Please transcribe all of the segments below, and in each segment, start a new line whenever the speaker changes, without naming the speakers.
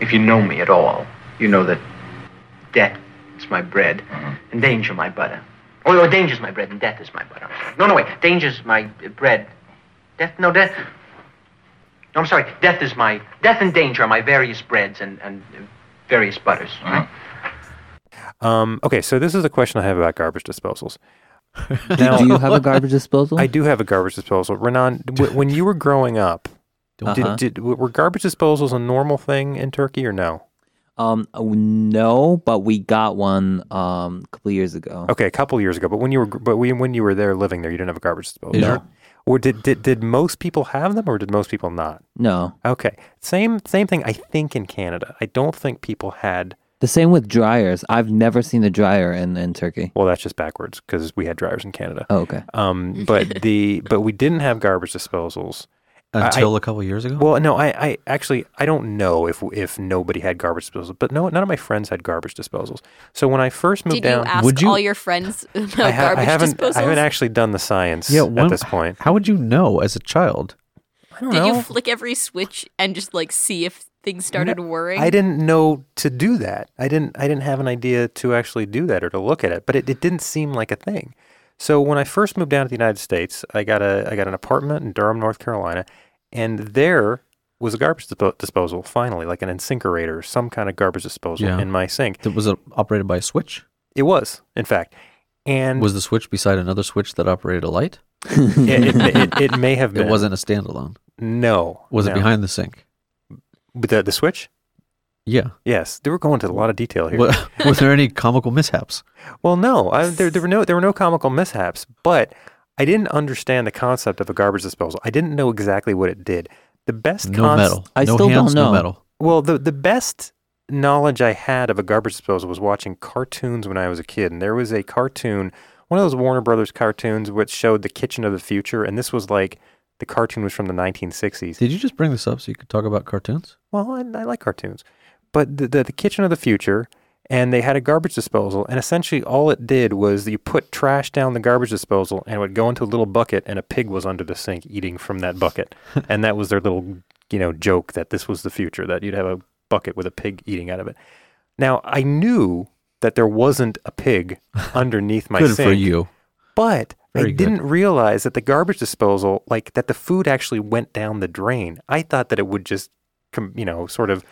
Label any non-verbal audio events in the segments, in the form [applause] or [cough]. If you know me at all, you know that debt is my bread and danger my butter. Oh, no, danger's my bread and death is my butter. No, no, wait. Danger's my uh, bread. Death? No, death. No, I'm sorry. Death is my. Death and danger are my various breads and, and uh, various butters. right?
Um, okay, so this is a question I have about garbage disposals.
Do, do you [laughs] have a garbage disposal?
I do have a garbage disposal. Renan, w- when you were growing up,
Uh-huh.
did, did, w- were garbage disposals a normal thing in Turkey or no?
Um, oh, no, but we got one um a couple years ago.
Okay, a couple years ago, but when you were gr- but we, when you were there living there, you didn't have a garbage disposal.
No.
Or did, did did most people have them, or did most people not?
No,
Okay, same same thing. I think in Canada, I don't think people had.
the same with dryers. I've never seen a dryer in in Turkey.
Well, that's just backwards because we had dryers in Canada.
Oh, okay.
Um,
[laughs]
but the but we didn't have garbage disposals. I-
Until a couple years ago?
Well, no, I, I actually I don't know if if nobody had garbage disposals, but no, none of my friends had garbage disposals. So when I first moved
Did
down,
you ask
Would you-
all your friends [laughs] about
I, ha- I
garbage
haven't
disposals?
I haven't actually done the science
when-
at this point.
How would you know as a child?
I don't
Did
know.
you flick every switch and just like see if things started whirring?
I didn't know to do that. I didn't I didn't have an idea to actually do that or to look at it, but it, it didn't seem like a thing. So when I first moved down to the United States, I got a I got an apartment in Durham, North Carolina, and there was a garbage dispo- disposal finally, like an incinerator, some kind of garbage disposal
Yeah.
in my sink.
That was uh, operated by a switch?
It was, in fact. And
Was the switch beside another switch that operated a light?
[laughs] it, it, it, it may have been
[laughs] It wasn't a standalone.
No.
Was it
no.
behind the sink?
But the, the switch?
Yeah.
Yes. They were going to a lot of detail here.
Wa- [laughs] were there any comical mishaps?
Well, no, I, there, there were no there were no comical mishaps, but I didn't understand the concept of a garbage disposal. I didn't know exactly what it did. The best
No
cons-
metal.
I
no
still don't
hands,
know.
No metal.
Well, the the best knowledge I had of a garbage disposal was watching cartoons when I was a kid, and there was a cartoon, one of those Warner Brothers cartoons, which showed the kitchen of the future, and this was like the cartoon was from the 1960s.
Did you just bring this up so you could talk about cartoons?
Well, I, I like cartoons, but the, the the kitchen of the future, and they had a garbage disposal, and essentially all it did was you put trash down the garbage disposal, and it would go into a little bucket, and a pig was under the sink eating from that
[laughs]
bucket, and that was their little you know joke that this was the future that you'd have a bucket with a pig eating out of it. Now I knew that there wasn't a
[laughs]
pig underneath my
Good
sink, [laughs]
for you. [laughs]
but I
Very good.
didn't realize that the garbage disposal, like that the food actually went down the drain. I thought that it would just, com- you know, sort of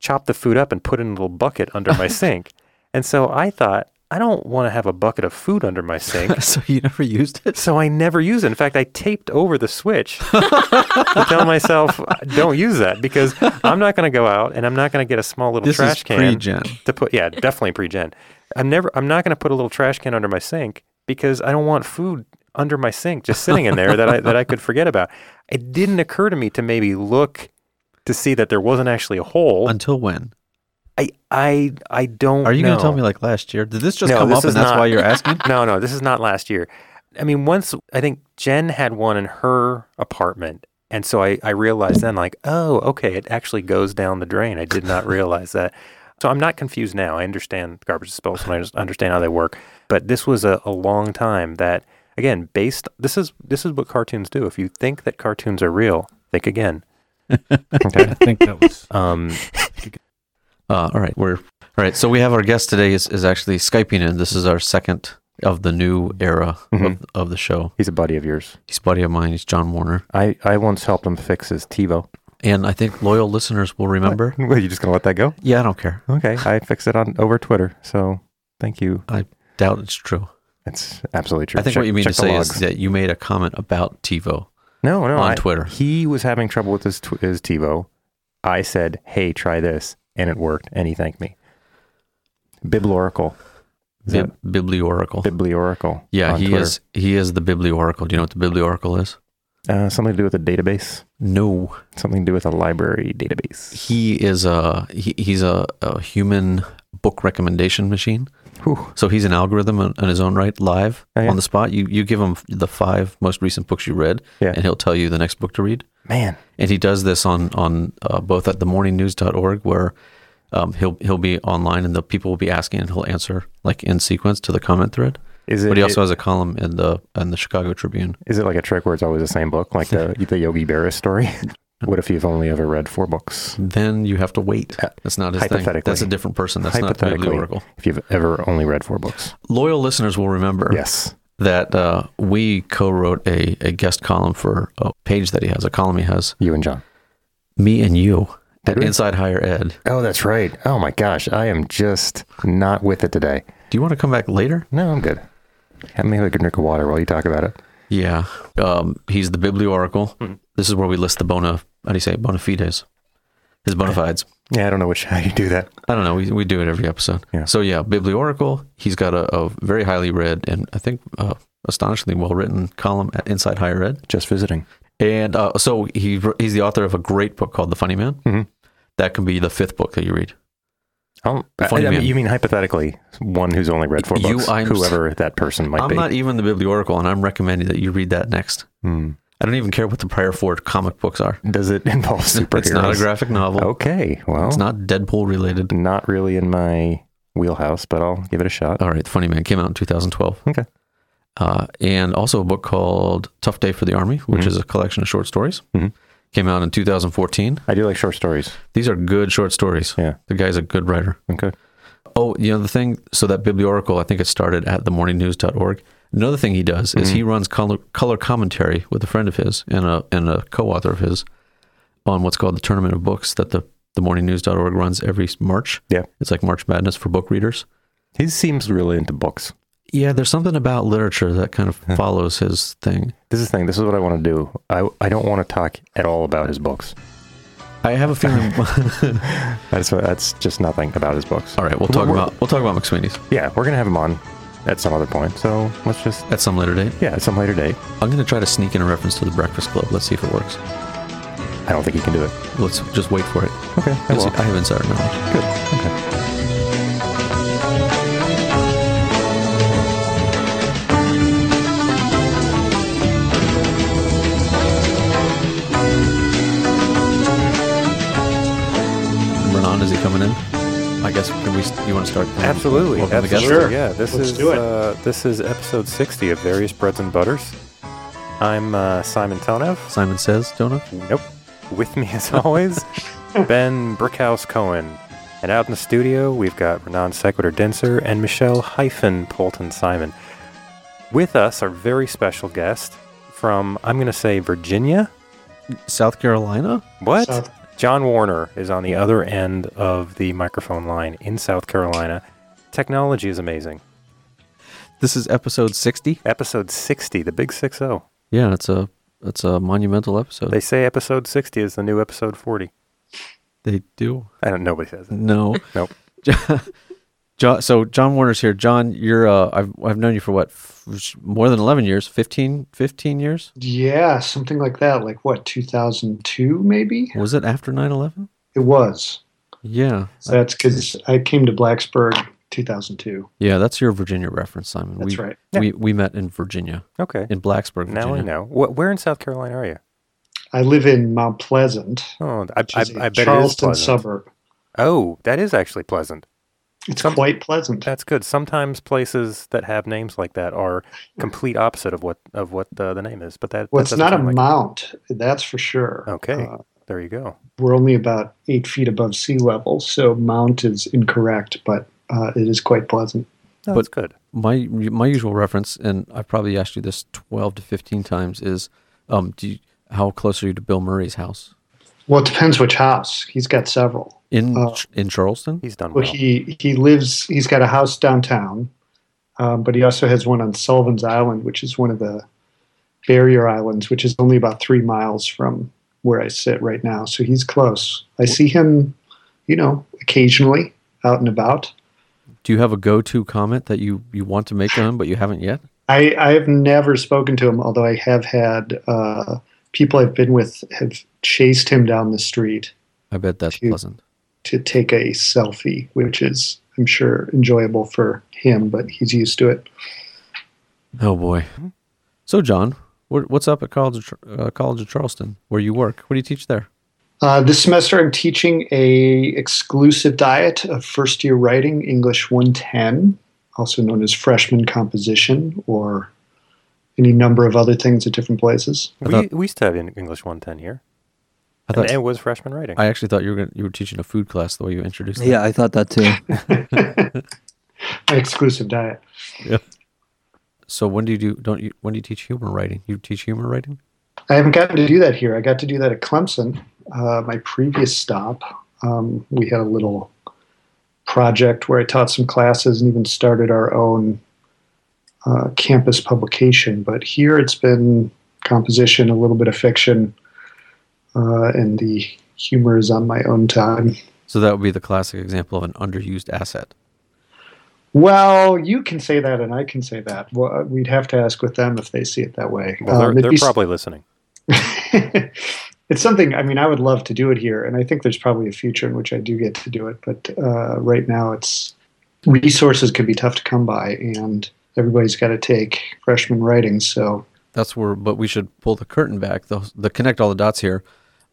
chop the food up and put it in a little bucket under
[laughs]
my sink. And so I thought, I don't want to have a bucket of food under my sink.
[laughs] so you never used it?
So I never use it. In fact, I taped over the
[laughs]
switch to tell myself, don't use that because I'm not going to go out and I'm not going to get a small little
This
trash
is
can
pre-gen.
to put. Yeah, definitely pre-gen. I'm never. I'm not going to put a little trash can under my sink because I don't want food under my sink just sitting in there that I that I could forget about. It didn't occur to me to maybe look to see that there wasn't actually a hole.
Until when?
I I I don't.
Are you
know.
going to tell me like last year? Did this just
No,
come
this
up
is
and that's
not- [laughs]
why you're asking? [laughs]
No, no, this is not last year. I mean, once I think Jen had one in her apartment. And so I, I realized then, like, oh, okay, it actually goes down the drain. I did
[laughs]
not realize that. So I'm not confused now. I understand garbage disposal and I just understand how they work. But this was a, a long time that, again, based, this is, this is what cartoons do. If you think that cartoons are real, think again.
[laughs] I think that was.
Um,
Uh, all right, we're all right. So we have our guest today is, is actually skyping in. This is our second of the new era
Mhm.
of, of the show.
he's a buddy of yours.
He's a buddy of mine. He's John Warner,
I, I once helped him fix his TiVo.
and I think loyal listeners will remember.
Well, you just going to let that go?
Yeah, I don't care.
Okay, I fixed it on over Twitter. So thank you.
Doubt it's true.
It's absolutely true.
I think
Check-
what you mean to
check the
say is
logs.
that you made a comment about TiVo.
no, no,
on
I-
Twitter.
he was having trouble with his tw- his TiVo. I said, "Hey, try this," and it worked, and he thanked me. Biblioracle, Is
Bib- Biblioracle.
that biblioracle.
yeah,
on
he
Twitter.
is. He is the Biblioracle. Do you know what the Biblioracle is?
Uh, something to do with a database.
No,
Something to do with a library database.
he is a he, he's a, a human book recommendation machine.
Whew.
So he's an algorithm on, on his own right, live
Oh, yeah.
on the spot. You you give him the five most recent books you read,
Yeah.
and he'll tell you the next book to read.
Man,
And he does this on on uh, both at themorningnews.org, where um, he'll he'll be online, and the people will be asking, and he'll answer like in sequence to the comment thread.
is it?
But he also
it-
has a column in the in the Chicago Tribune.
is it like a trick where it's always the same book, like the the Yogi Berra story? [laughs] What if you've only ever read four books?
Then you have to wait. That's not his thing.
hypothetically.
That's a different person. That's not the
Hypothetically,
Blue Oracle.
if you've ever only read four books,
Loyal listeners will remember
yes,
that uh, we co-wrote a, a guest column for a page that he has, a column he has,
you and John.
me and you
Did
at
we?
Inside Higher Ed.
Oh, that's right. Oh my gosh, I am just not with it today.
Do you want to come back later?
No, I'm good. Maybe I can drink a water while you talk about it.
Yeah. Um, he's the Biblio Oracle.
Hmm.
This is where we list the bona, how do you say, it? bona fides, his bona fides.
Yeah, I don't know which [laughs] how you do that.
I don't know. We, we do it every episode.
Yeah.
So yeah, Biblio Oracle. He's got a, a very highly read and I think uh, astonishingly well written column at Inside Higher Ed.
Just visiting.
And uh, so he he's the author of a great book called The Funny Man.
Mhm.
That can be the fifth book that you read.
Um,
The
I,
funny
I mean,
man.
you mean hypothetically, one who's only read four
You-
books,
I'm-
whoever that person might
I'm
be.
not even the Biblio Oracle, and I'm recommending that you read that next.
Hmm.
I don't even care what the prior four comic books are.
Does it [laughs] involve superheroes?
It's not a graphic novel.
Okay, well,
It's not Deadpool related.
not really in my wheelhouse, but I'll give it a shot.
All right, The Funny Man came out in 2012.
Okay.
Uh, and also a book called Tough Day for the Army, which is a collection of short stories.
Mhm.
Came out in 2014.
I do like short stories.
These are good short stories.
Yeah.
The guy's a good writer.
Okay.
Oh, you know the thing. So that biblioracle, I think it started at themorningnews.org. Another thing he does is he runs color, color commentary with a friend of his and a and a co-author of his on what's called the Tournament of Books that the themorningnews.org runs every March.
Yeah.
it's like March Madness for book readers.
He seems really into books.
Yeah, there's something about literature that kind of follows his thing.
This is the thing. This is what I want to do. I, I don't want to talk at all about his books.
I have a feeling. [laughs]
That's that's just nothing about his books.
All right, we'll talk about we'll talk about McSweeney's
Yeah, we're gonna have him on at some other point. So let's just
at some later date.
yeah, at some later date.
I'm going to try to sneak in a reference to the Breakfast Club. Let's see if it works.
I don't think he can do it.
Let's just wait for it.
Okay, I will.
I have insider knowledge.
Good. Okay.
Renan, is he coming in? I guess can we? You want to start?
Absolutely.
Welcome to the guest
Absolutely.
room.
Yeah. This
Let's
is
do it.
Uh, this is episode sixty of various breads and butters. I'm uh, Simon Tonev.
Simon says, Jonah.
Nope. With me as [laughs] always, Ben Brickhouse Cohen. And out in the studio, we've got Renan Sequitur Denser and Michelle Hyphen Polton Simon. With us, our very special guest from, I'm going to say Virginia.
South Carolina.
What?
South-
John Warner is on the other end of the microphone line in South Carolina. Technology is amazing.
This is episode sixty.
Episode 60, the big 6 0.
Yeah, it's a it's a monumental episode.
They say episode 60 is the new episode 40.
they do.
I don't, nobody says it.
No. [laughs]
Nope.
John, so John Warner's here. John, you're uh, I've I've known you for what f- more than eleven years, 15, 15 years.
Yeah, something like that. Like what, 2002 maybe?
Was it after 9-11?
It was.
Yeah,
So that's because I came to Blacksburg 2002.
yeah. That's your Virginia reference, Simon.
That's
we,
right.
We we met in Virginia,
Okay.
in Blacksburg, Virginia.
Now I know. What, where in South Carolina are you?
I live in Mount Pleasant,
Oh, I,
which
I,
is a
I bet it is
Charleston
pleasant.
suburb.
Oh, that is actually pleasant.
It's
Some-
quite pleasant.
That's good. Sometimes places that have names like that are complete opposite of what of what the, the name is. But that
Well,
that
it's
doesn't
not a
sound like-
mount, that's for sure.
Okay,
Uh,
there you go.
we're only about eight feet above sea level, so mount is incorrect, but uh, it is quite pleasant.
No,
but-
that's good.
my my usual reference, and I've probably asked you this twelve to fifteen times, is um, do you, how close are you to Bill Murray's house
Well, it depends which house. He's got several.
in
Uh,
Ch- in Charleston?
He's done well.
Well, he he lives. He's got a house downtown, um, but he also has one on Sullivan's Island, which is one of the barrier islands, which is only about three miles from where I sit right now. So he's close. I see him, you know, occasionally out and about.
Do you have a go to comment that you you want to make on him, but you haven't yet?
I I have never spoken to him, although I have had uh, people I've been with have chased him down the street
I bet that's
Shoot.
pleasant.
to take a selfie, which is I'm sure enjoyable for him, but he's used to it.
Oh boy. So John, what, what's up at College of, Char- uh, College of Charleston, where you work? What do you teach there?
Uh, this semester, I'm teaching a exclusive diet of first year writing, English 110, also known as freshman composition, or any number of other things at different places.
we,
thought-
we used to have an English 110 here.
I
And
thought
it was freshman writing.
I actually thought you were gonna, you were teaching a food class the way you introduced.
Yeah, I thought that too.
My exclusive diet.
That. So when do you do? Don't you? When do you teach human writing? You teach human writing?
I haven't gotten to do that here. I got to do that at Clemson, uh, my previous stop. Um, we had a little project where I taught some classes and even started our own uh, campus publication. But here it's been composition, a little bit of fiction, uh, and the humor is on my own time.
So that would be the classic example of an underused asset.
Well, you can say that, and I can say that. Well, we'd have to ask with them if they see it that way.
Well, they're,
Um, it'd
they're
be-
probably listening.
[laughs] it's something i mean i would love to do it here and i think there's probably a future in which i do get to do it but uh, right now it's resources can be tough to come by and everybody's got to take freshman writing so
That's where. But we should pull the curtain back. The, the connect all the dots here.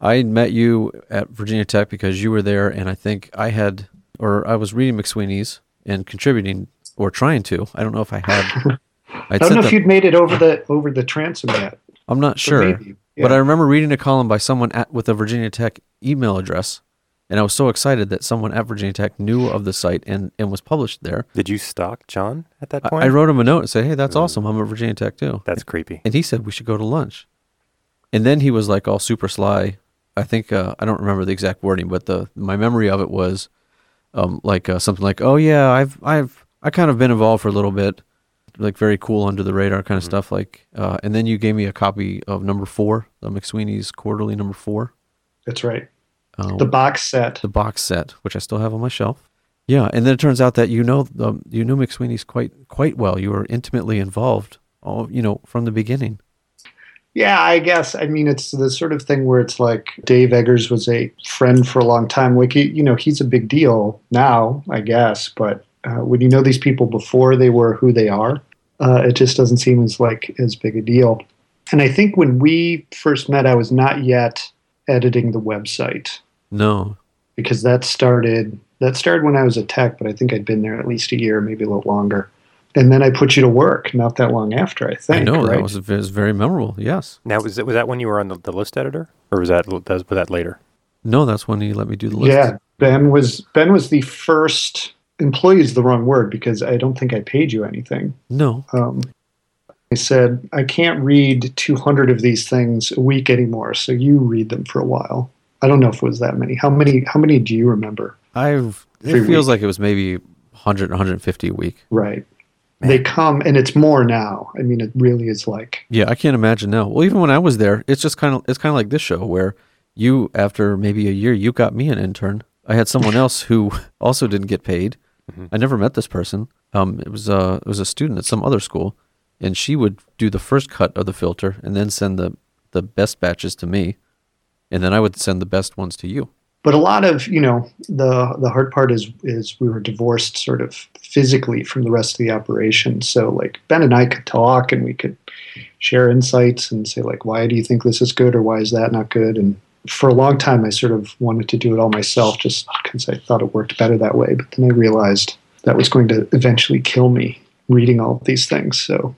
I met you at Virginia Tech because you were there, and I think I had, or I was reading McSweeney's and contributing or trying to. I don't know if I
[laughs]
had.
i
I'd
don't
sent
know
them-
if you'd made it over the over the transom yet
I'm not
So
sure.
maybe,
But I
yeah.
remember reading a column by someone at, with a Virginia Tech email address, and I was so excited that someone at Virginia Tech knew of the site and, and was published there.
Did you stalk John at that
I,
point?
I wrote him a note and said, "Hey, that's awesome. I'm at Virginia Tech too."
That's creepy.
And he said we should go to lunch. And then he was like all super sly. I think uh, I don't remember the exact wording, but the my memory of it was um, like uh, something like, "Oh yeah, I've I've I kind of been involved for a little bit, like very cool under the radar kind of
Mm-hmm.
stuff." Like, uh, and then you gave me a copy of number four, the McSweeney's quarterly number four,
that's right
um,
the box set
the box set, which I still have on my shelf. Yeah, and then it turns out that you know um, you knew McSweeney's quite quite well. You were intimately involved, all you know, from the beginning.
Yeah, I guess. I mean, it's the sort of thing where it's like Dave Eggers was a friend for a long time. Like, you you know, he's a big deal now, I guess. But uh, when you know these people before they were who they are, uh, it just doesn't seem as like as big a deal. And I think when we first met, I was not yet editing the website
No,
because that started that started when I was at Tech, but I think I'd been there at least a year, maybe a little longer. And then I put you to work not that long after, I think.
I know
right?
that was, it was very memorable. Yes.
Now, was, that was that when you were on the, the list editor, or was that that was that later?
No, that's when he let me do the list.
Yeah, Ben was Ben was the first employee is the wrong word because I don't think I paid you anything.
No.
Um, I said I can't read 200 of these things a week anymore, so you read them for a while. I don't know if it was that many. How many? How many do you remember?
I've it
Every
feels
week.
like it was maybe 100 150 a week.
Right. They come, and it's more now. I mean, it really is like
Yeah, I can't imagine now. Well, even when I was there, it's just kind of it's kind of like this show where you after maybe a year you got me an intern. I had someone
[laughs]
else who also didn't get paid.
Mm-hmm.
I never met this person. Um, it was a it was a student at some other school, and she would do the first cut of the filter and then send the the best batches to me, and then I would send the best ones to you.
but a lot of you know the the hard part is is we were divorced sort of physically from the rest of the operation so like ben and i could talk and we could share insights and say like why do you think this is good or why is that not good and for a long time i sort of wanted to do it all myself just because i thought it worked better that way but then i realized that was going to eventually kill me reading all of these things so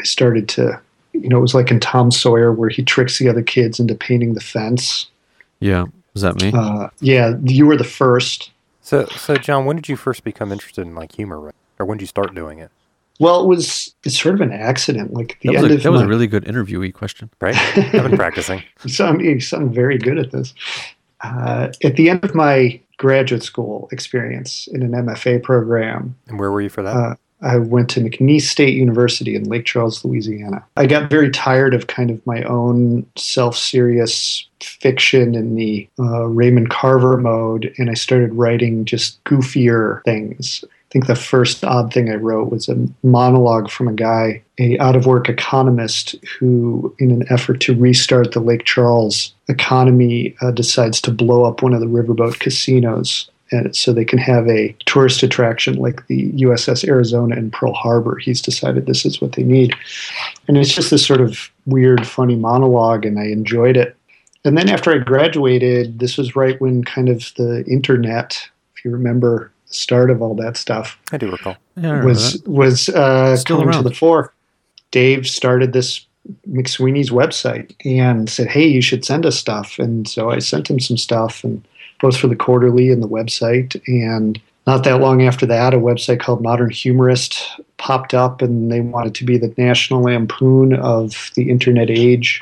i started to you know it was like in tom sawyer where he tricks the other kids into painting the fence
Yeah, was that me?
uh, yeah you were the first
So, so John, when did you first become interested in like humor, writing? or when did you start doing it?
Well, it was it's sort of an accident. Like at the
That,
end
was a,
of
that was
my,
a
[laughs]
really good interviewee question.
Right? I've been practicing.
you sound, you sound very good at this. Uh, at the end of my graduate school experience in an MFA program,
And where were you for that?
Uh, I went to McNeese State University in Lake Charles, Louisiana. I got very tired of kind of my own self serious fiction in the uh, Raymond Carver mode, and I started writing just goofier things. I think the first odd thing I wrote was a monologue from a guy, a out of work economist, who, in an effort to restart the Lake Charles economy, uh, decides to blow up one of the riverboat casinos and so they can have a tourist attraction like the USS Arizona and Pearl Harbor. He's decided this is what they need. And it's just this sort of weird, funny monologue, and I enjoyed it. And then after I graduated, this was right when kind of the internet, if you remember the start of all that stuff,
I do recall.
Yeah, I remember
was was uh,
Still
coming
around.
to the fore. Dave started this McSweeney's website and said, "Hey, you should send us stuff." And so I sent him some stuff, and both for the quarterly and the website. And not that long after that, a website called Modern Humorist popped up, and they wanted to be the National Lampoon of the internet age.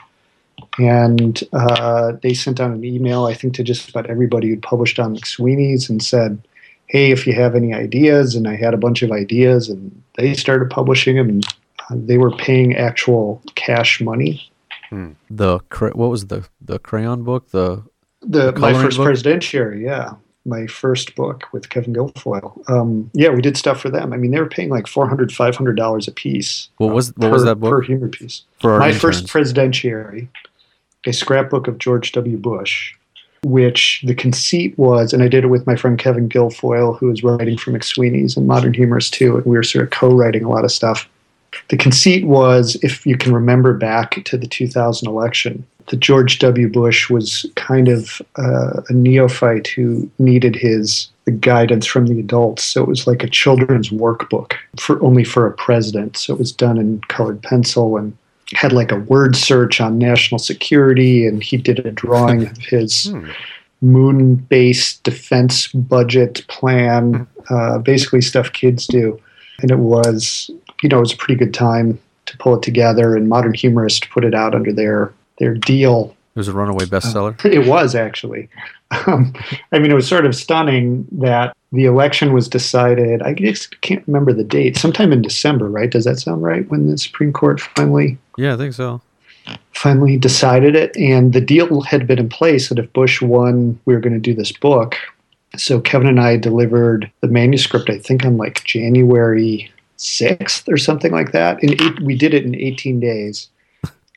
And uh, they sent out an email, I think, to just about everybody who'd published on McSweeney's and said, "Hey, if you have any ideas." And I had a bunch of ideas, and they started publishing them. And uh, they were paying actual cash money.
The cra- what was the the crayon book? The
The, my
coloring
first
book?
presidentiary, yeah, my first book with Kevin Guilfoyle. Um, yeah, we did stuff for them. I mean, they were paying like 400 500 dollars a piece.
What
uh,
was- what was
per-
that book?
per humor piece?
for our
my
interns.
first presidentiary, a scrapbook of George W. Bush, which the conceit was, and I did it with my friend Kevin Guilfoyle, who was writing for McSweeney's and Modern Humorist too, and we were sort of co-writing a lot of stuff. The conceit was, if you can remember back to the 2000 election, that George W. Bush was kind of uh, a neophyte who needed his guidance from the adults. So it was like a children's workbook for only for a president. So it was done in colored pencil and had like a word search on national security, and he did a drawing of his moon based defense budget plan, uh, basically stuff kids do. And it was, you know, it was a pretty good time to pull it together. And Modern Humorist put it out under their their deal.
It was a runaway bestseller.
It was actually. Um, I mean, it was sort of stunning that the election was decided. I just can't remember the date. Sometime in December, right? Does that sound right? When the Supreme Court finally
Yeah, I think so.
finally decided it. And the deal had been in place that if Bush won, we were going to do this book. So Kevin and I delivered the manuscript, I think, on like January 6th or something like that. And eight, we did it in 18 days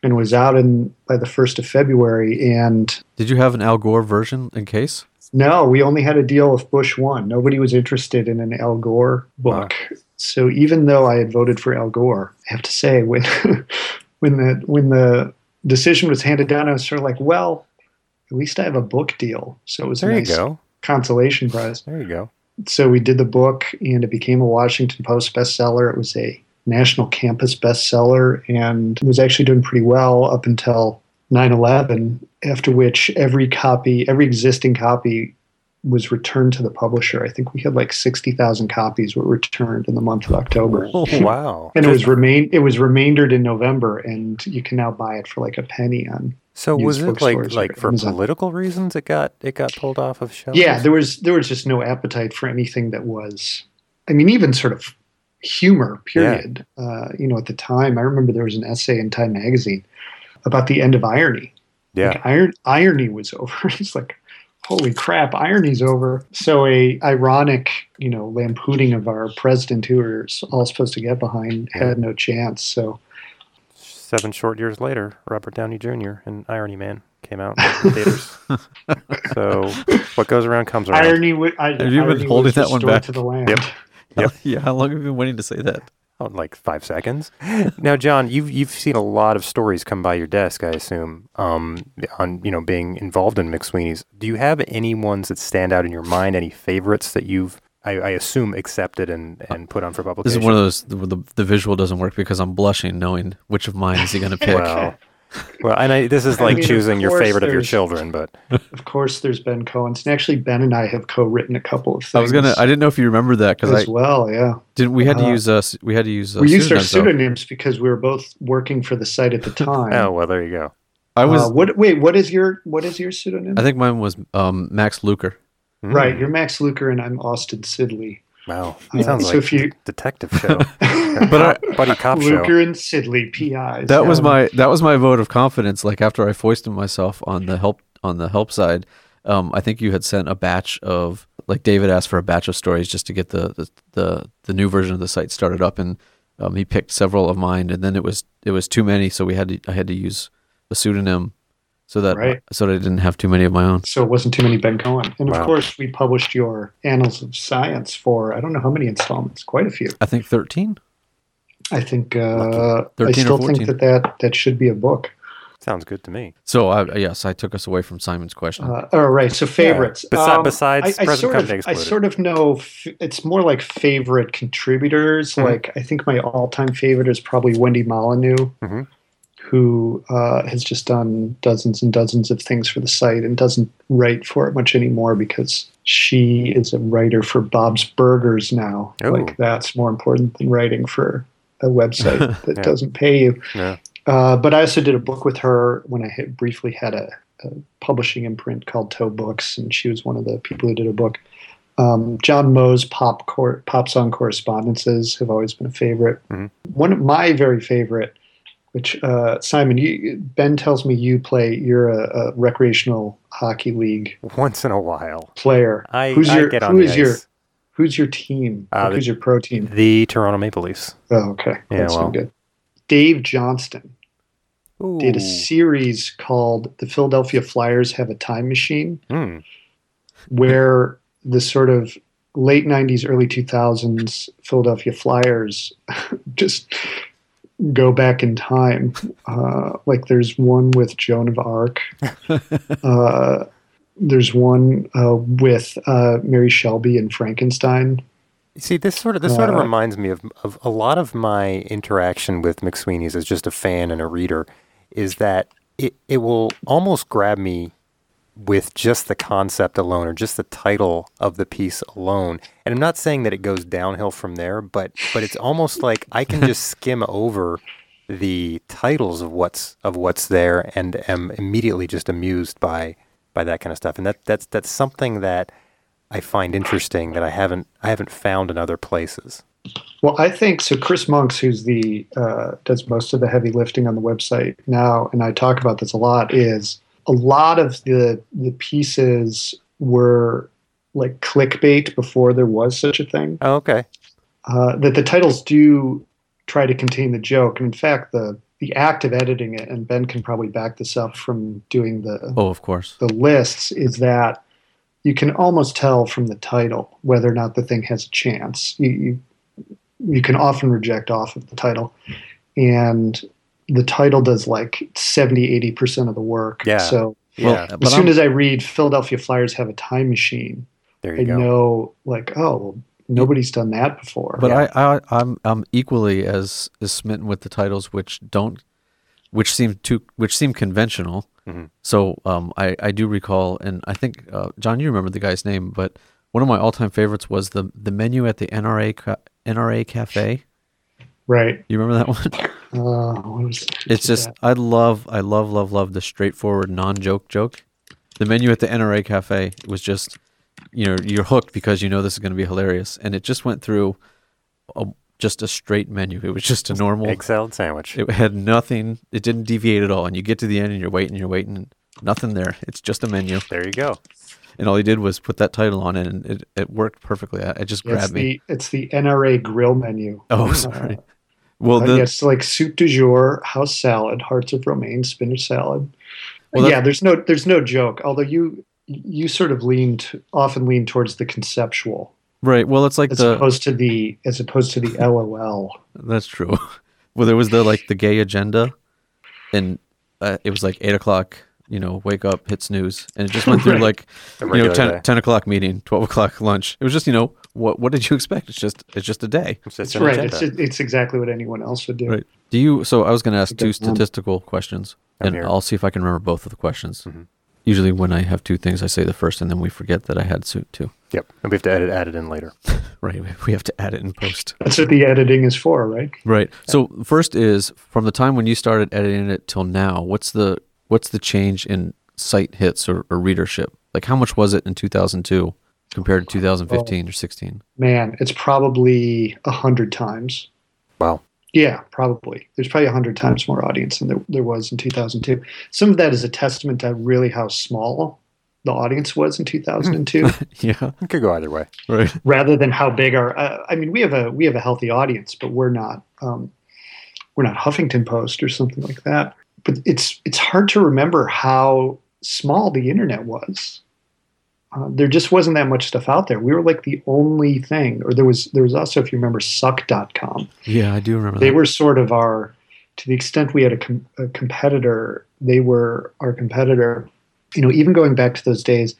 and was out in by the 1st of February. And
Did you have an Al Gore version in case?
no, we only had a deal if Bush won. Nobody was interested in an Al Gore book. So even though I had voted for Al Gore, I have to say when [laughs] when the when the decision was handed down, I was sort of like, well, at least I have a book deal. So it was
There
a
you
nice
go.
consolation prize.
There you go.
So we did the book, and it became a Washington Post bestseller. It was a national campus bestseller, and it was actually doing pretty well up until 9/11. After which, every copy, every existing copy, was returned to the publisher. I think we had like 60,000 copies were returned in the month of October.
[laughs] Oh, wow.
[laughs] [laughs] And it was remain it was remaindered in November, and you can now buy it for like a penny on
So
used
was it like
bookstores or
like for
Amazon.
political reasons it got it got pulled off of shelves?
uh, yeah there was there was just no appetite for anything that was i mean even sort of humor period uh, you know at the time i remember there was an essay in time magazine about the end of irony
yeah.
like, iron, irony was [laughs] over it's like holy crap irony's over so a ironic you know lampooning of our president who we're s- all supposed to get behind had no chance so
Seven short years later, Robert Downey Jr. and Irony Man came
[laughs]
out in theaters. so what goes around comes around.
irony would have
Have you been holding that one back?
to the land
Yep.
[laughs] yeah, how long have you been waiting to say that?
Oh, like five seconds. now, John, you've you've seen a lot of stories come by your desk, I assume, um, on you know being involved in McSweeney's. Do you have any ones that stand out in your mind? Any favorites that you've, I, I assume, accepted and, and put on for
This
publication?
is one of those the, the, the visual doesn't work because I'm blushing knowing which of mine is he going [laughs] to pick.
Well, well, and I, this is
I
like
mean, of
choosing your
course
favorite of your
there's-
children, but
of course there's ben cohen's and actually ben and i have co-written a couple of things
I was gonna. I didn't know if you remembered that because I
as well yeah
didn't. We had to
Uh,
use us. we had to use. Uh,
we used our
pseudonyms, though.
pseudonyms because we were both working for the site
[laughs]
at the time.
oh well, there you go.
I was.
Uh, what? Wait, what is your what is your pseudonym?
I think hmm. mine was um, Max Luker.
Mm.
right, you're Max Luker and I'm Austin Sidley.
Wow,
[laughs] Yeah,
sounds
so
like
if you-
a detective
[laughs]
show,
But
but buddy cop show.
Luker and Sidley, PIs.
That was
Um,
my. That was my vote of confidence. Like after I foisted myself on the help on the help side, um, I think you had sent a batch of like David asked for a batch of stories just to get the the the, the new version of the site started up, and um, he picked several of mine, and then it was it was too many, so we had to I had to use a pseudonym. So that,
Right.
so that I didn't have too many of my own.
So it wasn't too many Ben Cohen, and
Wow.
of course we published your Annals of Science for I don't know how many installments, quite a few.
I think thirteen.
I think uh, I
13 or
still think
14.
that, that that should be a book.
Sounds good to me.
So I, yes, I took us away from Simon's question.
Uh, all right, so favorites. Um,
Besi- besides
I, I
present
sort
company
of, I
excluded.
sort of know f- it's more like favorite
Mm-hmm.
contributors. Like I think my all-time favorite is probably Wendy Molyneux,
Mhm.
who uh, has just done dozens and dozens of things for the site and doesn't write for it much anymore because she is a writer for Bob's Burgers now.
Oh.
Like that's more important than writing for
[laughs]
a website that
Yeah.
doesn't pay you.
Yeah.
Uh, but I also did a book with her when I had briefly had a, a publishing imprint called Toe Books, and she was one of the people who did a book. Um, John Moe's pop cor- pop song correspondences have always been a favorite.
Mhm.
One of my very favorite, which uh, Simon, you, Ben tells me you play. You're a, a recreational hockey league
Once in a while,
player.
I,
who's
I
your
get on
who
the
is
ice.
your who's your team?
Uh,
Like,
the-
who's your pro team?
[laughs] The Toronto Maple Leafs.
Oh, okay,
Yeah,
that's
well.
no good. Dave Johnston
Ooh.
did a series called The Philadelphia Flyers Have a Time Machine,
Hmm.
where the sort of late 90s, early 2000s Philadelphia Flyers [laughs] just go back in time. Uh, like there's one with Joan of Arc, uh, there's one uh, with uh, Mary Shelby and Frankenstein.
You See, this sort of this sort of
Uh,
reminds me of, of a lot of my interaction with McSweeney's as just a fan and a reader is that it, it will almost grab me with just the concept alone or just the title of the piece alone. And I'm not saying that it goes downhill from there, but but it's almost like I can just skim over the titles of what's of what's there and am immediately just amused by by that kind of stuff. And that that's that's something that I find interesting that I haven't I haven't found in other places.
Well, I think so. Chris Monks, who's the uh, does most of the heavy lifting on the website now, and I talk about this a lot. Is a lot of the the pieces were like clickbait before there was such a thing.
Oh, okay.
Uh, that the titles do try to contain the joke, and in fact, the the act of editing it, and Ben can probably back this up from doing the
Oh, of course.
the lists, is that you can almost tell from the title whether or not the thing has a chance. You, you you can often reject off of the title and the title does like 70 80% of the work
Yeah.
so
Yeah.
Well,
as
but
soon
I'm-
as i read philadelphia flyers have a time machine
there
i
you go.
know like oh well nobody's done that before
But I, I, I'm, I'm equally as, as smitten with the titles which don't, which seem too, which seem conventional.
Mhm.
So um, I, I do recall, and I think uh, John, you remember the guy's name, but one of my all-time favorites was the the menu at the NRA ca- NRA cafe.
right
You remember that [laughs] one?
uh, what was-
It's just I love, I love, love, love the straightforward non-joke joke. The menu at the NRA cafe was just, you know, you're hooked because you know this is going to be hilarious, and it just went through. A, just a straight menu. It was just a normal
Egg salad sandwich.
It had nothing. It didn't deviate at all. And you get to the end and you're waiting, you're waiting, and nothing there. It's just a menu.
there you go.
And all he did was put that title on it, and it, it worked perfectly. I- It just
it's
grabbed me.
the it's the nra grill menu
[laughs]
[laughs]
Oh, sorry. Well,
Uh,
the,
yeah, it's like soup du jour, house salad, hearts of romaine, spinach salad.
Well, that-
yeah, there's no there's no joke. Although you you sort of leaned often lean towards the conceptual
right. Well, it's like
as
the
opposed to the as opposed
[laughs]
to the LOL.
that's true. [laughs] well, there was the like the gay agenda, and uh, it was like eight o'clock. You know, wake up, hit snooze, and it just
[laughs]
went through
Right.
like
A
you know
regular
10,
day.
10 o'clock meeting, twelve o'clock lunch. It was just you know what what did you [laughs] expect? It's just it's just a day.
It's
That's
just an
right.
agenda.
It's it's exactly what anyone else would do.
Right. Do you? So I was going to ask two
Because, um,
statistical questions,
I'm
and
here.
I'll see if I can remember both of the questions.
Mhm.
Usually, when I have two things, I say the first, and then we forget that I had two. two.
Yep. And we have to edit, add it in later.
Right. we- We have to add it in post.
That's what the editing is for, right?
Right. So first is from the time when you started editing it till now. What's the what's the change in site hits or, or readership? Like how much was it in 2002 compared to 2015 or 16?
Man, it's probably a hundred times.
Wow.
Yeah, probably. There's probably 100 times more audience than there, there was in 2002. Some of that is a testament to really how small the audience was in 2002
[laughs] Yeah.
It could go either way.
Right.
rather than how big our uh, I mean we have a we have a healthy audience but we're not um, we're not Huffington Post or something like that but it's it's hard to remember how small the internet was uh, there just wasn't that much stuff out there we were like the only thing or there was there was also if you remember suck.com
Yeah, I do remember.
they
that.
were sort of our to the extent we had a, com- a competitor they were our competitor you know even going back to those days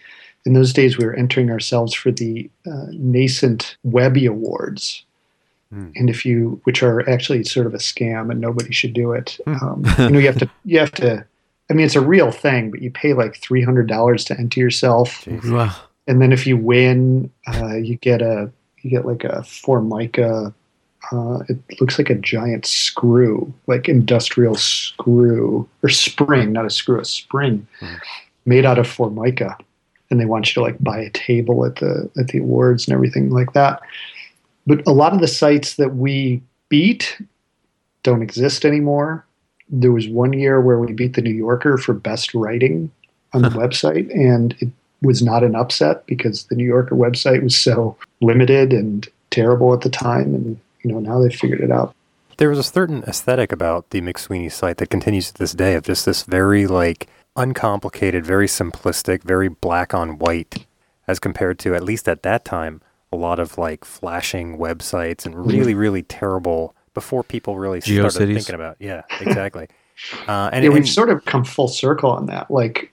in those days we were entering ourselves for the uh, nascent webby awards
Hmm.
and if you which are actually sort of a scam and nobody should do it
Hmm. [laughs]
um, you know you have to you have to i mean it's a real thing but you pay like $300 to enter yourself
Wow.
and then if you win uh, you get a you get like a formica uh, it looks like a giant screw like industrial screw or spring not a screw a spring made out of formica and they want you to like buy a table at the at the awards and everything like that but a lot of the sites that we beat don't exist anymore. There was one year where we beat the New Yorker for best writing on the website, and it was not an upset because the New Yorker website was so limited and terrible at the time, and you know now they've figured it out.
There was a certain aesthetic about the McSweeney site that continues to this day of just this very like uncomplicated, very simplistic, very black on white as compared to at least at that time a lot of like flashing websites and really really terrible before people really started
GeoCities.
thinking about. Yeah,
[laughs]
exactly. uh, and
yeah,
and-
we've sort of come full circle on that. Like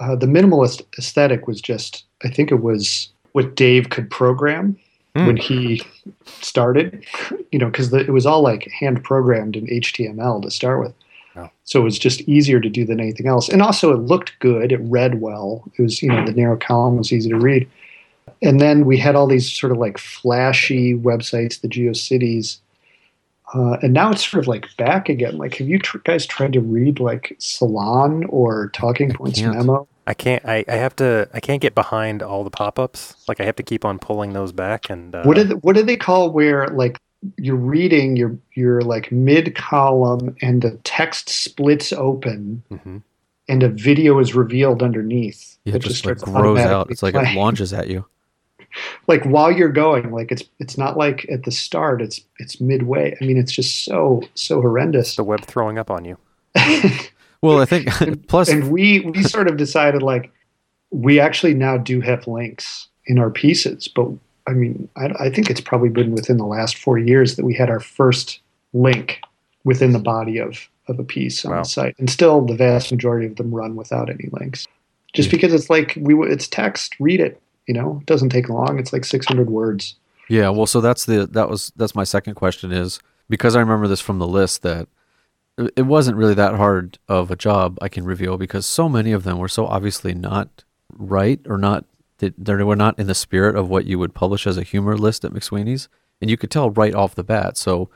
uh, the minimalist aesthetic was just, I think it was what Dave could program
Hmm.
when he started, you know, because it was all like hand programmed in HTML to start with.
Oh.
So it was just easier to do than anything else. And also, it looked good. It read well. It was, you know, the narrow column was easy to read. And then we had all these sort of like flashy websites, the GeoCities, uh, and now it's sort of like back again. Like, have you tr- guys tried to read like Salon or Talking Points
can't.
Memo?
I can't I, I have to I can't get behind all the pop-ups. Like I have to keep on pulling those back and uh,
what do they, what do they call where like you're reading your your like mid column and the text splits open
mhm.
and a video is revealed underneath?
Yeah,
It
it just like
starts
grows out.
automatically
It's like it
playing.
launches at [laughs] you.
like while you're going. Like it's it's not like at the start. It's it's midway. I mean, it's just so so horrendous.
the web throwing up on you.
[laughs]
Well, I think [laughs] plus
and we we sort of decided like we actually now do have links in our pieces but i mean I, I think it's probably been within the last four years that we had our first link within the body of of a piece on
Wow.
the site and still the vast majority of them run without any links just because it's like we w- it's text read it you know it doesn't take long it's like 600 words
Yeah, well, so that's the that was that's my second question is because I remember this from the list that it- it wasn't really that hard of a job I can reveal because so many of them were so obviously not right or not that they were not in the spirit of what you would publish as a humor list at McSweeney's, and you could tell right off the bat. So,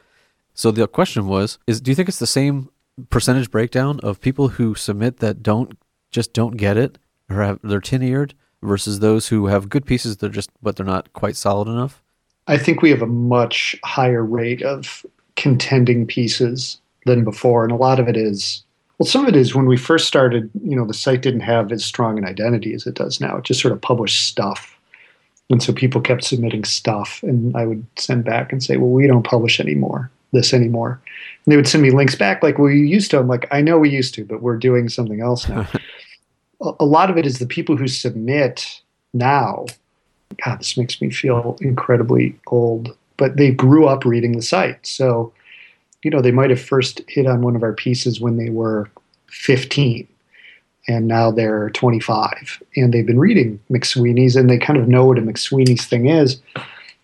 so the question was: Is do you think it's the same percentage breakdown of people who submit that don't just don't get it or have they're tin eared versus those who have good pieces they're just but they're not quite solid enough?
i think we have a much higher rate of contending pieces than before and a lot of it is Well, some of it is when we first started, you know, the site didn't have as strong an identity as it does now. It just sort of published stuff. And so people kept submitting stuff, and I would send back and say, well, we don't publish anymore, this anymore. And they would send me links back, like, well, you used to. I'm like, I know we used to, but we're doing something else now. a a lot of it is the people who submit now. God, this makes me feel incredibly old, but they grew up reading the site. So, you know, they might have first hit on one of our pieces when they were 15 and now they're 25 and they've been reading mcsweeney's and they kind of know what a mcsweeney's thing is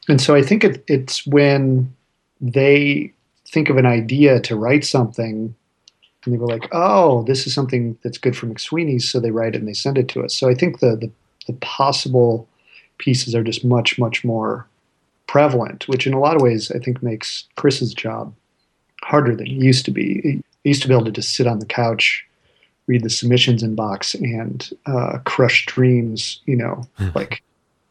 and so i think it, it's when they think of an idea to write something and they were like oh this is something that's good for mcsweeney's so they write it and they send it to us so i think the the, the possible pieces are just much much more prevalent which in a lot of ways i think makes chris's job harder than it used to be i used to be able to just sit on the couch read the submissions inbox and uh, crush dreams, you know, like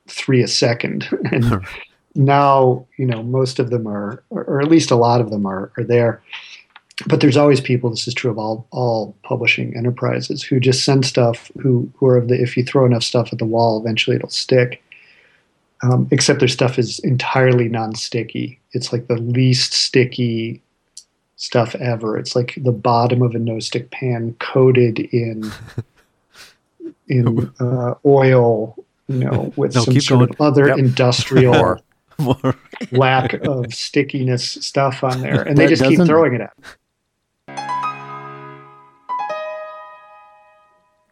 three a second. [laughs] And now, you know, most of them are, or- or at least a lot of them are, are there. But there's always people, this is true of all, all publishing enterprises, who just send stuff, who, who are of the, if you throw enough stuff at the wall, eventually it'll stick. Um, except their stuff is entirely non sticky. It's like the least sticky stuff ever. It's like the bottom of a no stick pan
[laughs]
coated in in uh, oil, you know, with
No,
some
keep
sort of other
[laughs]
Yep.
industrial
More.
lack of stickiness stuff on there, and they
That
just keep
doesn't-
throwing it at. me.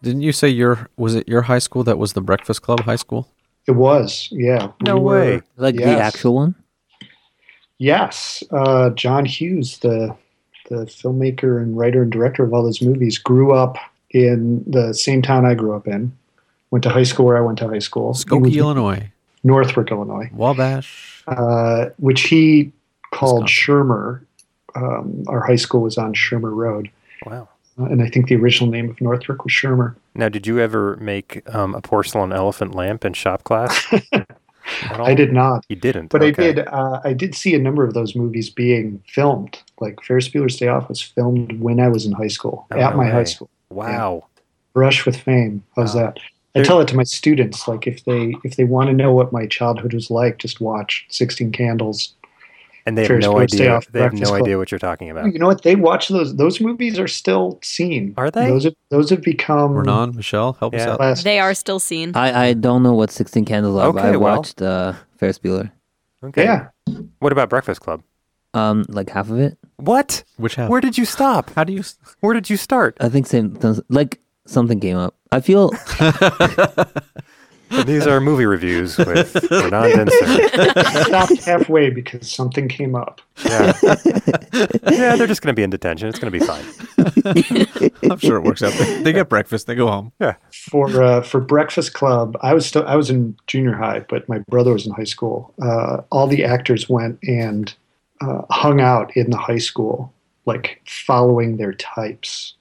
Didn't you say your was it your high school that was the Breakfast Club high school?
It was, yeah.
No
we were-
way.
[laughs] Like the
Yes.
actual one?
Yes, uh, John Hughes, the the filmmaker and writer and director of all those movies, grew up in the same town I grew up in. Went to high school where I went to high school, He
Skokie,
was
Illinois.
Northbrook, Illinois,
Wabash.
uh, which he called
Wisconsin.
Shermer. Um, our high school was on Shermer Road,
Wow.
uh, and I think the original name of Northbrook was Shermer.
Now, did you ever make um, a porcelain elephant lamp in shop class? At all?
[laughs] I did not.
You didn't.
But
Okay.
I did. Uh, I did see a number of those movies being filmed. Like Ferris Bueller's Day Off was filmed when I was in high school,
Oh,
at
no
my
way.
high school.
Wow.
Rush with Fame. How's
Ah.
that? I
There-
tell it to my students. Like if they if they want to know what my childhood was like, just watch Sixteen Candles.
And they have
Ferris
no
Bueller's Day
idea.
Off,
They have
Breakfast
no
Club.
idea what you're talking about.
You know what? They watch those. Those movies are still seen.
Are they?
Those have, those have become.
Renan, Michelle, help us
Yeah.
out.
classics.
They are still seen.
I, I don't know what 16 Candles are, but
Okay,
I
well.
watched uh, Ferris Bueller.
Okay.
Mm-hmm. Yeah.
What about Breakfast Club?
Um, like half of it.
What?
Which half?
Where did you stop?
How do you?
Where did you start?
I think same, like something came up. I feel [laughs]
These are movie reviews
[laughs]
with Renan Denser.
I stopped halfway because something came up.
Yeah. yeah, they're just going to be in detention. It's going to be fine.
[laughs] I'm sure it works out. They, they get breakfast. They go home.
for uh, for Breakfast Club, I was still I was in junior high, but my brother was in high school. Uh, all the actors went and uh, hung out in the high school, like following their types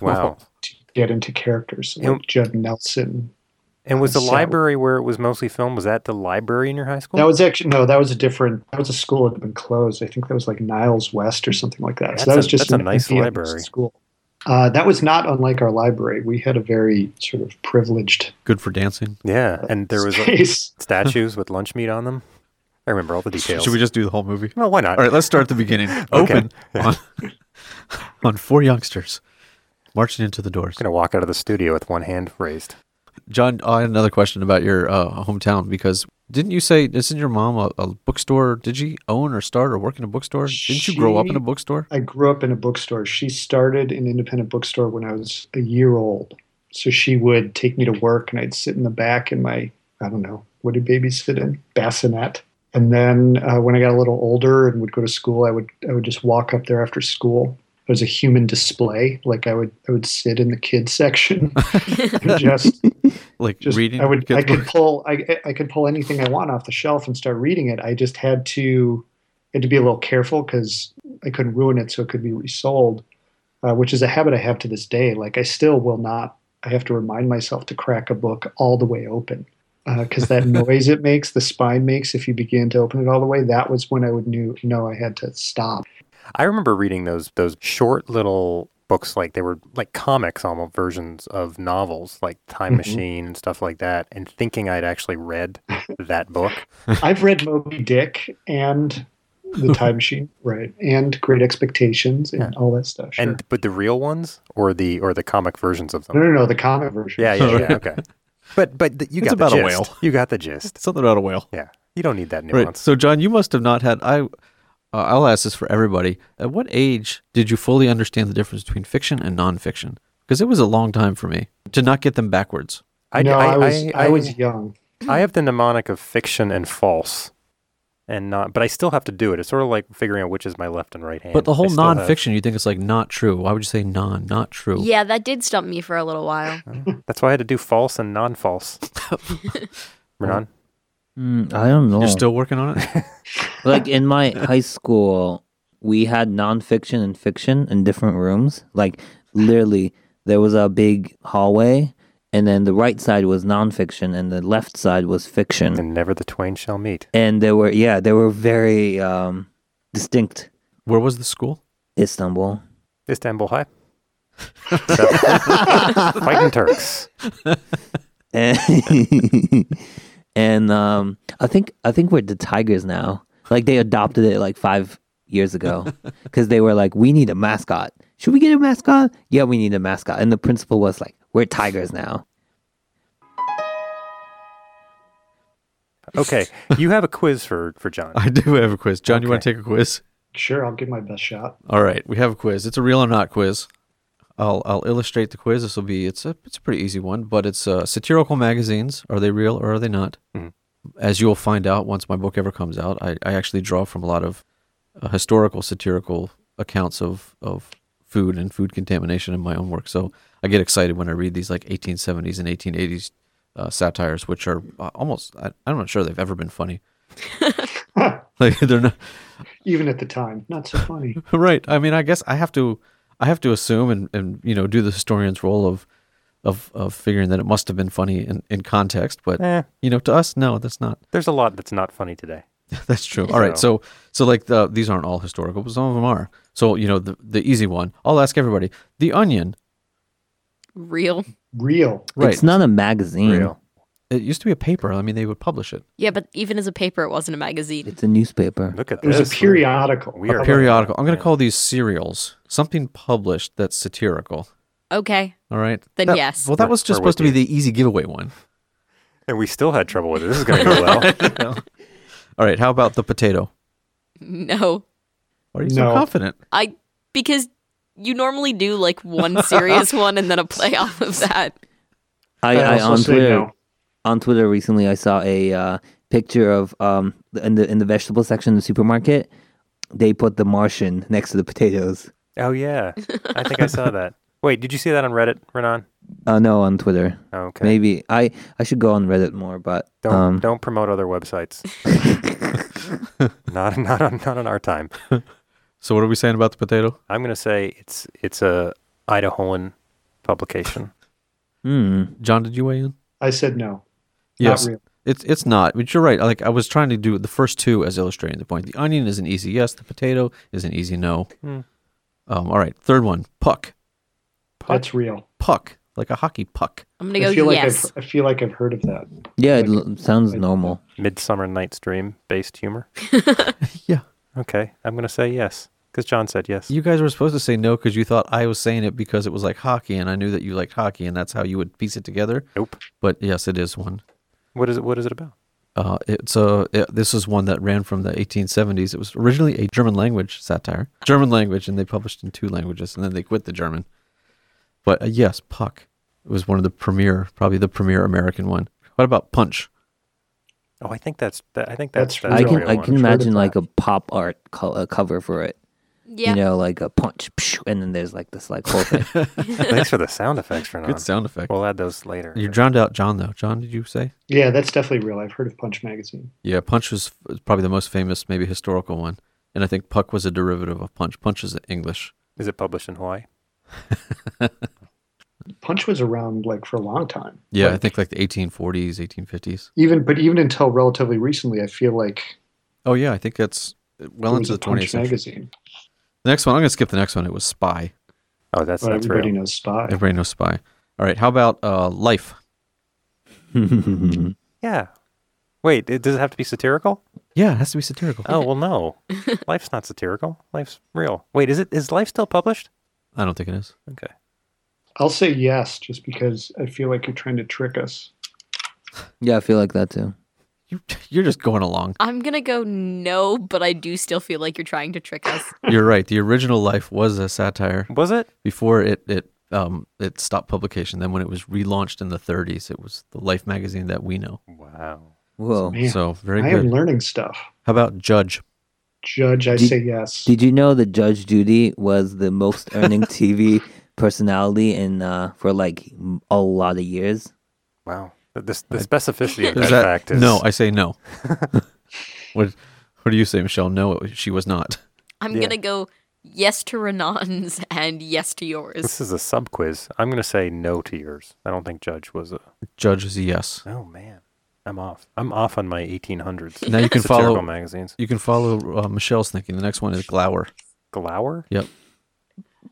Wow.
to get into characters, like
Yep.
Judd Nelson.
And was the
So-
library where it was mostly filmed, was that the library in your high school?
That was actually no, that was a different. That was a school that had been closed. I think that was like Niles West or something like that.
That's
so that was
a-
just
that's a
an
nice
empty
library.
school. Uh, that was not unlike our library. We had a very sort of privileged
Good for dancing.
yeah. And there was
[laughs]
uh,
space.
statues with lunch meat on them. I remember all the details.
Should we just do the whole movie?
well, why not?
All right, let's start at the [laughs] beginning. Open on, [laughs] on four youngsters marching into the doors.
going to walk out of the studio with one hand raised.
John, I had another question about your uh, hometown because didn't you say isn't your mom a, a bookstore? Did she own or start or work in a bookstore? Didn't you grow up in a
She-
bookstore?
I grew up in a bookstore. She started an independent bookstore when I was a year old. So she would take me to work and I'd sit in the back in my, I don't know, what did babies fit in? Bassinet. And then uh, when I got a little older and would go to school, I would I would just walk up there after school. There was a human display. Like I would I would sit in the kids [laughs] section and just
Like
just
reading?
I would
kids'
I could
books?
pull I I could pull anything I want off the shelf and start reading it. I just had to had to be a little careful because I couldn't ruin it, so it could be resold, uh, which is a habit I have to this day. Like I still will not. I have to remind myself to crack a book all the way open because that noise it makes, the spine makes if you begin to open it all the way. That was when I would knew know I had to stop.
I remember reading those those short little books, like they were like comics almost versions of novels, like Time
Mhm.
Machine and stuff like that, and thinking I'd actually
[laughs]
read that book.
I've read Moby Dick and. The Time Machine, right, and Great Expectations, and all that stuff. Sure.
And but the real ones or the or the comic versions of
no,
them.
no, no, the comic version.
Yeah, yeah,
[laughs]
yeah. Okay. But but th- you
It's
got
about
the
a
gist.
whale.
You got the gist.
[laughs] something about a whale.
Yeah. You don't need that
Right.
nuance.
So, John, you must have not had. I, uh, I'll ask this for everybody. At what age did you fully understand the difference between fiction and nonfiction? Because it was a long time for me to not get them backwards.
I,
no, I, was I,
I,
was young.
I have the mnemonic of fiction and false. And not, but I still have to do it. It's sort of like figuring out which is my left and right hand.
But the
I
whole
still have-
nonfiction, you think it's like not true. Why would you say non, not true?
Yeah, that did stump me for a little while.
That's why I had to do false and
[laughs]
non-false.
Oh.
Renan,
mm, I don't know.
Oh.
You're still working on it? [laughs]
like in my high school, we had nonfiction and fiction in different rooms. Like literally, there was a big hallway, and then the right side was nonfiction, and the left side was fiction.
and never the twain shall meet.
And there were yeah, they were very um, distinct.
Where was the school?
Istanbul.
Istanbul
[laughs]
High. Fighting Turks.
[laughs] and and, um, I think I think we're the Tigers now. Like they adopted it like five years ago because they were like, we need a mascot. Should we get a mascot? Yeah, we need a mascot. And the principal was like, we're Tigers now.
Okay, you have a quiz for for John.
I do have a quiz. John, you want to
Okay.
take a quiz?
Sure, I'll give my best shot.
All right, we have a quiz. It's a real or not quiz. I'll I'll illustrate the quiz. This will be it's a it's a pretty easy one, but it's uh, satirical magazines. Are they real or are they not?
Mhm.
As you'll find out once my book ever comes out, I, I actually draw from a lot of uh, historical satirical accounts of of food and food contamination in my own work. So I get excited when I read these like 1870s and 1880s uh, satires, which are uh, almost I, I'm not sure they've ever been funny. like they're not
even at the time. Not so funny.
[laughs] right. I mean, I guess I have to I have to assume and, and you know do the historian's role of of of figuring that it must have been funny in, in context, but
Eh,
you know to us no, that's not. [laughs]
there's a lot that's not funny today.
That's true. All right. So, so like the, these aren't all historical, but some of them are. So, you know, the, the easy one, I'll ask everybody the onion,
Real.
Real.
right?
It's not a magazine.
Real.
it used to be a paper. I mean, they would publish it
Yeah, but even as a paper, it wasn't a magazine.
It's a newspaper.
Look at
It was
this.
a periodical.
We are-
periodical. I'm going to
Yeah.
call these serials, something published that's satirical.
Okay.
All right.
Then
That-
yes.
Well, that
For-
was just
for what
supposed to be the easy giveaway one.
And we still had trouble with it. This is going to go
[laughs]
well.
All right. How about the potato?
No.
Why are you so
No.
confident?
I because you normally do like one serious one and then a play off of that.
I,
I'd
I
also
on
say
Twitter
no.
on Twitter recently I saw a uh, picture of um in the in the vegetable section of the supermarket. They put the Martian next to the potatoes.
oh, yeah. I think I saw that. Wait, did you see that on Reddit, Renan?
Oh no, on Twitter.
Okay.
Maybe I I should go on Reddit more, but
Don't
um,
don't promote other
[laughs]
websites. not not on not on our time.
So, what are we saying about the potato?
I'm gonna say it's it's a Idahoan publication.
hmm.
John, did you weigh in?
I said no. Not real.
It's it's not, but you're right. Like I was trying to do the first two as illustrating the point. The onion is an easy yes. The potato is an easy no.
Hmm.
Um, all right, third one, puck,
That's real.
puck, like a hockey puck.
I'm gonna go
I feel
yes.
like I've, I feel like I've heard of that.
yeah, it l- sounds normal.
Midsummer Night's Dream based
[laughs]
humor.
Yeah,
Okay, I'm gonna say yes because John said yes.
you guys were supposed to say no because you thought I was saying it because it was like hockey, and I knew that you liked hockey, and that's how you would piece it together.
nope.
But yes, it is one.
What is it? What is it about?
Uh, it's a it, this is one that ran from the 1870s. It was originally a German language satire, German language, and they published in two languages, and then they quit the German. But uh, yes, Puck was one of the premier, probably the premier American one. What about Punch?
Oh, I think that's that, I think that's,
That's
that's
It's
I
the
can
real
I
one.
can
I've heard of
imagine like
that.
a pop art co- uh, cover for it.
yeah.
You know, like a punch, psh, and then there's like this like whole
[laughs]
thing.
Thanks for the sound effects, Renan.
Uh,
Good sound effect.
We'll add those later.
you drowned out John though. John, did you say?
Yeah, that's definitely real. I've heard of Punch magazine.
Yeah, Punch was f- probably the most famous, maybe historical one, and I think Puck was a derivative of Punch. Punch is English.
Is it published in Hawaii?
Punch was around like for a long time.
Yeah, I think like the 1840s, 1850s.
Even but even until relatively recently, I feel like
Oh yeah, I think that's well into
it was
the
a Punch
20th century.
magazine.
The next one, I'm going to skip the next one. It was Spy.
Oh, that's
Well,
that's
everybody
real.
knows Spy.
Everybody knows Spy. All right, how about uh, Life?
Yeah. Wait, it, does it have to be satirical?
Yeah, it has to be satirical.
Oh well, no. Life's not satirical. Life's real. Wait, is it? Is life still published?
I don't think it is.
Okay.
I'll say yes, just because I feel like you're trying to trick us.
yeah, I feel like that too.
You, [laughs] you're just going along.
I'm gonna go no, but I do still feel like you're trying to trick us.
You're right. The original Life was a satire
Was it?
before it it um it stopped publication. Then when it was relaunched in the 30s, it was the Life magazine that we know.
Wow.
Whoa.
Man,
So very
I am
good.
learning stuff.
How about Judge?
Judge, I
Did-
say yes.
Did you know that Judge Judy was the most
[laughs]
earning TV personality in uh, for like m- a lot of years?
Wow. The, the, the specificity of
Is
that,
that-
fact is
no? I
[laughs]
say no. [laughs] what What do you say, Michelle? No, she was not.
I'm
Yeah.
gonna go yes to Renan's [laughs] and yes to yours.
this is a sub quiz. I'm gonna say no to yours. I don't think Judge was a.
Judge is a yes.
Oh man, I'm off. I'm off on my 1800s.
Now you can
satirical
follow-
magazines.
You can follow uh, Michelle's thinking. The next one is Glower.
Glower.
Yep.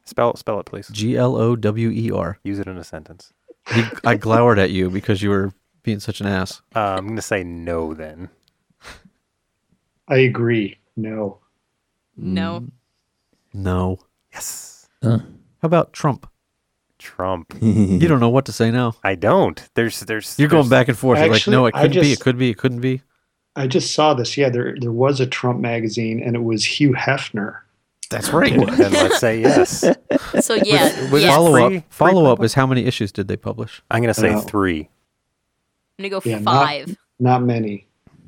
Spell spell it, please.
G L O W E R.
Use it in a sentence.
He, I glowered at you because you were being such an ass.
Uh, I'm gonna say no then.
I agree. No.
No.
No.
Yes.
How about Trump?
Trump.
You don't know what to say now.
I don't. There's there's.
You're going
there's-
back and forth. You're
Actually,
like, no, it
I
could be, it
just-
could be, it couldn't be.
I just saw this. Yeah, there there was a Trump magazine, and it was Hugh Hefner.
That's right.
Then let's say yes.
So yeah,
Mm. with
yes.
Follow
Free- free
up. Follow up is how many issues did they publish?
I'm gonna say
No.
three.
I'm gonna go
Yeah, not-
five.
Not many.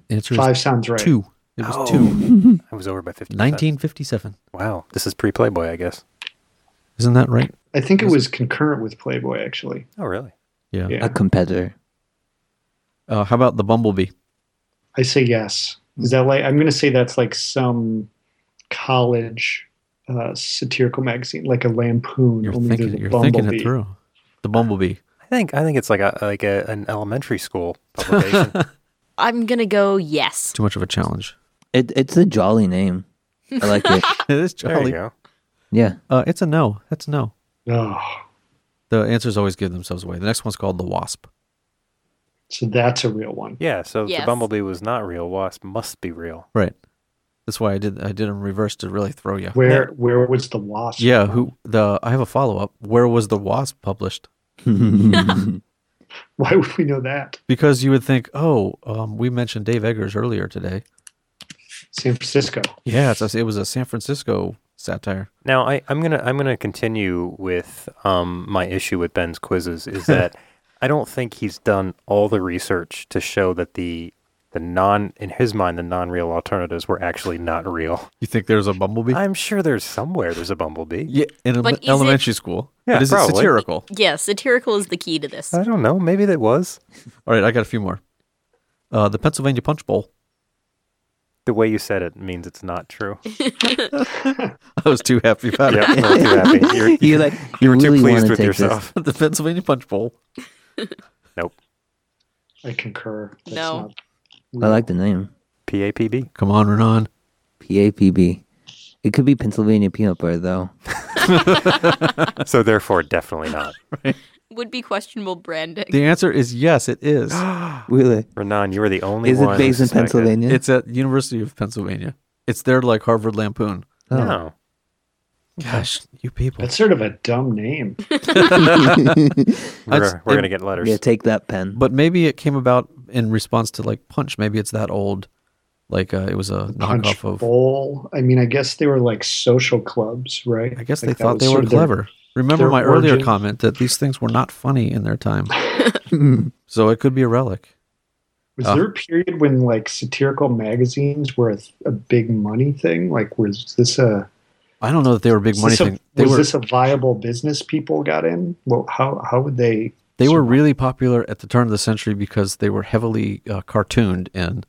Answer is
Five sounds right.
two. It was
Oh.
two.
I was over by 50.
1957.
Wow. This is pre Playboy, I guess.
Isn't that right?
I think it was concurrent with Playboy, actually.
Oh, really?
Yeah.
Yeah.
a competitor.
Uh, how about the Bumblebee?
I say yes. Is that like I'm going to say that's like some college uh, satirical magazine, like a Lampoon.
You're
only
thinking.
there's a
You're thinking it
bumblebee.
through. The Bumblebee.
I think I think it's like a like a, an elementary [laughs] school publication.
I'm gonna go yes.
Too much of a [laughs] challenge.
It, it's a jolly name. I like
[laughs]
it.
it is
there you
jolly.
go.
Yeah. [laughs]
Uh, it's a no. That's a no.
Oh,
The answers always give themselves away. The next one's called the Wasp.
so that's a real one.
[laughs] Yeah. So the
Yes.
bumblebee was not real. Wasp must be real.
Right. That's why I did. I did in reverse to really throw you.
Where where was the wasp?
Yeah. Who the? I have a follow up. Where was the Wasp published?
Why would we know that?
Because you would think, oh, um, we mentioned Dave Eggers earlier today.
San Francisco.
Yeah, it's a, it was a San Francisco satire.
Now I, I'm gonna I'm gonna continue with um my issue with Ben's quizzes [laughs] is that I don't think he's done all the research to show that the the non in his mind the non real alternatives were actually not real.
You think there's a bumblebee?
I'm sure there's somewhere there's a bumblebee.
yeah, in
But
ele-
is it-
elementary school.
Yeah,
but is
probably.
it satirical?
Yeah, satirical is the key to this.
I don't know. Maybe that was
All right, I got a few more. Uh, the Pennsylvania Punch Bowl. [laughs]
the way you said it means it's not
[laughs]
true.
I was too happy about
Yep,
it.
not too [laughs] happy. You're,
You're like,
you were
really
too
wanna
pleased with
take
yourself.
[laughs] the Pennsylvania Punch Bowl.
I concur. That's
No.
not
This. I like the name.
PAPB.
Come on, Renan.
PAPB. It could be Pennsylvania peanut butter, though.
So therefore, definitely [gasps] not.
Would be
[laughs]
questionable branding.
The answer is yes. It [gasps] is.
Really?
Renan, you were the only
Is
one.
it
who
based in
suspected.
Pennsylvania?
It's at University of Pennsylvania. It's there like Harvard Lampoon.
Oh.
No.
Gosh, you people.
That's sort of a dumb name.
We're,
That's-
we're going to get letters.
yeah, take that pen.
But maybe it came about in response to like Punch. Maybe it's that old. Like uh, it was a
Punch
[laughs] knockoff of.
bowl. I mean, I guess they were like social clubs, right?
I guess they
Like, that
thought
was
they
sort
were
of their-
clever. Remember
their
my earlier
origin.
comment that these things were not funny in their time. so it could be a relic.
Was
Uh.
there a period when like satirical magazines were a, a big money thing? Like, was this a
I don't know that they were a big
was
money
this a-
thing. They
was
were
this a viable business people got in? Well, how how would they?
they were really popular at the turn of the century because they were heavily uh, cartooned and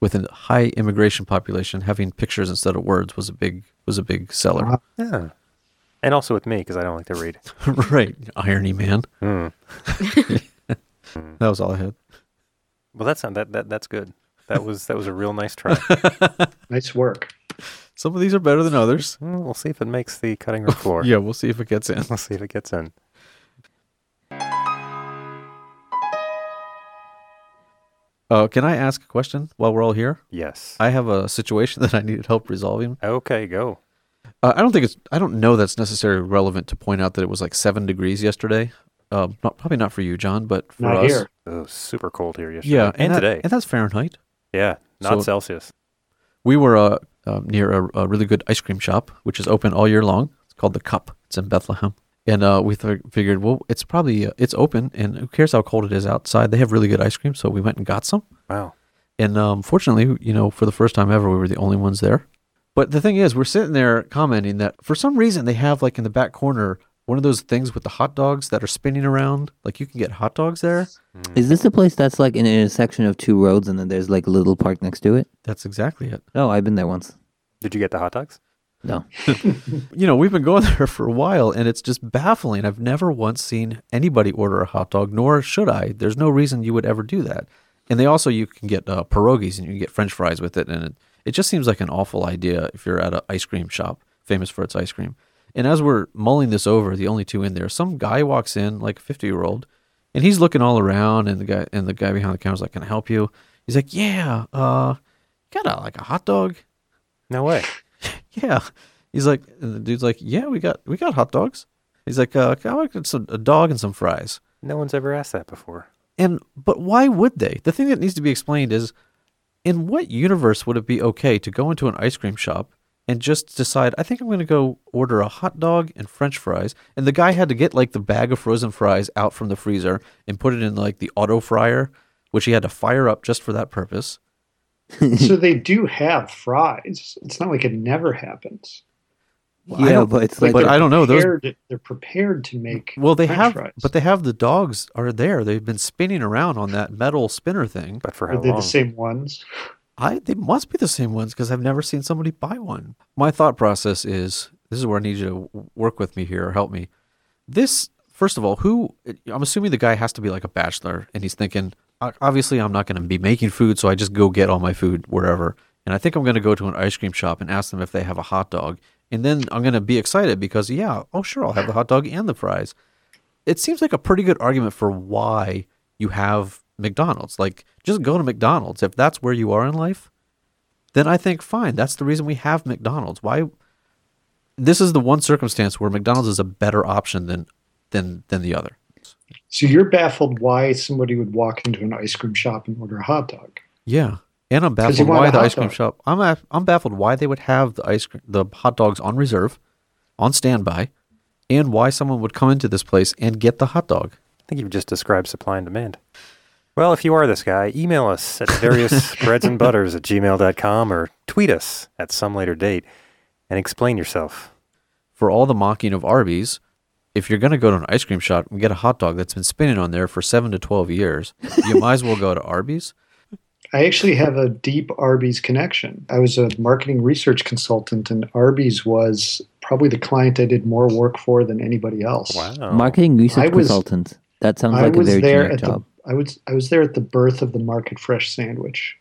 with a high immigration population, having pictures instead of words was a big was a big seller.
Yeah. And also with me, because I don't like to read.
[laughs] right, irony man.
Hmm.
That was all I had.
Well, that's not, that, that that's good. That was that was a real nice [laughs] try.
Nice work.
Some of these are better than others.
Mm, we'll see if it makes the cutting room floor.
Yeah, we'll see if it gets in.
We'll see if it gets in.
Uh, can I ask a question while we're all here?
Yes.
I have a situation [laughs] that I needed help resolving.
okay, go.
Uh, I don't think it's. I don't know that's necessarily relevant to point out that it was like seven degrees yesterday. Um, not, probably not for you, John, but for
Not
us. [laughs]
here.
Oh, super cold here yesterday.
Yeah,
and
that-
today.
and that's Fahrenheit.
yeah, not
So-
Celsius.
We were uh, uh, near a, a really good ice cream shop, which is open all year long. It's called the Cup. It's in Bethlehem, and uh, we th- figured, well, it's probably uh, it's open, and who cares how cold it is outside? They have really good ice cream, so we went and got some.
Wow.
And um, fortunately, you know, for the first time ever, we were the only ones there. But the thing is, we're sitting there commenting that for some reason they have like in the back corner one of those things with the hot dogs that are spinning around. Like you can get hot dogs there.
Is this a place that's like an intersection of two roads and then there's like a little park next to it?
That's exactly it.
Oh, I've been there once.
Did you get the hot dogs?
[laughs]
No.
You know, we've been going [laughs] there for a while and it's just baffling. I've never once seen anybody order a hot dog, nor should I. There's no reason you would ever do that. And they also, you can get uh, pierogies and you can get french fries with it. And it, it just seems like an awful idea if you're at an ice cream shop famous for its ice cream. And as we're mulling this over, the only two in there, some guy walks in, like a 50 year old, and he's looking all around. And the guy and the guy behind the counter's like, "Can I help you?" He's like, "Yeah, uh, got a like a hot dog."
No way.
yeah. He's like, and the dude's like, yeah, we got we got hot dogs. He's like, uh, I want some, a dog and some fries.
No one's ever asked that before.
And but why would they? The thing that needs to be explained is, in what universe would it be okay to go into an ice cream shop and just decide, I think I'm going to go order a hot dog and French fries, and the guy had to get like the bag of frozen fries out from the freezer and put it in like the auto fryer, which he had to fire up just for that purpose.
so they do have fries. It's not like it never happens.
Well,
[laughs]
I
yeah,
don't-
but it's
but
like,
they're
I don't know, those-
prepared- they're prepared to make.
Well, they
French
have,
fries.
but they have the dogs are there. They've been spinning around on that metal spinner thing.
But for
are
how
they
long?
the same ones?
I they must be the same ones because I've never seen somebody buy one. My thought process is this is where I need you to w- work with me here or help me. This first of all, who I'm assuming the guy has to be like a bachelor and he's thinking "O- obviously I'm not going to be making food, so I just go get all my food wherever. And I think I'm going to go to an ice cream shop and ask them if they have a hot dog. And then I'm going to be excited because yeah, oh sure, I'll have the hot dog and the fries it seems like a pretty good argument for why you have McDonald's. Like, just go to McDonald's. If that's where you are in life, then I think, fine, that's the reason we have McDonald's. Why? This is the one circumstance where McDonald's is a better option than than than the other.
So you're baffled why somebody would walk into an ice cream shop and order a hot dog.
Yeah, and I'm
'Cause you
baffled
want
why
a
the
hot
ice cream
dog.
shop. I'm af- I'm baffled why they would have the ice cream, the hot dogs on reserve, on standby, and why someone would come into this place and get the hot dog.
I think you've just described supply and demand. Well, if you are this guy, email us
[laughs]
at various breads and butters at gmail.com or tweet us at some later date and explain yourself.
for all the mocking of Arby's, if you're going to go to an ice cream shop and get a hot dog that's been spinning on there for seven to 12 years, you might as well go to Arby's. [laughs]
I actually have a deep Arby's connection. I was a marketing research consultant, and Arby's was probably the client I did more work for than anybody else.
Wow.
marketing
I
research
was-
consultant. That sounds
I
like a
was
very
there
generic
at
job.
the I was I was there at the birth of the market fresh sandwich.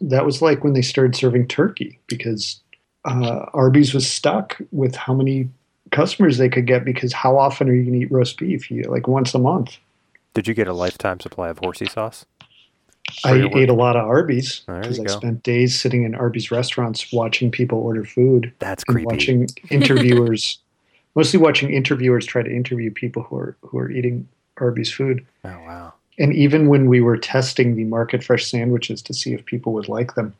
That was like when they started serving turkey because uh, Arby's was stuck with how many customers they could get because how often are you going to eat roast beef? You like once a month.
Did you get a lifetime supply of horsey sauce?
I
your work.
ate a lot of Arby's
There
because
you
I
go.
spent days sitting in Arby's restaurants watching people order food
That's
and
creepy. [laughs]
watching interviewers, mostly watching interviewers try to interview people who are who are eating Arby's food.
oh, wow.
And even when we were testing the market fresh sandwiches to see if people would like them,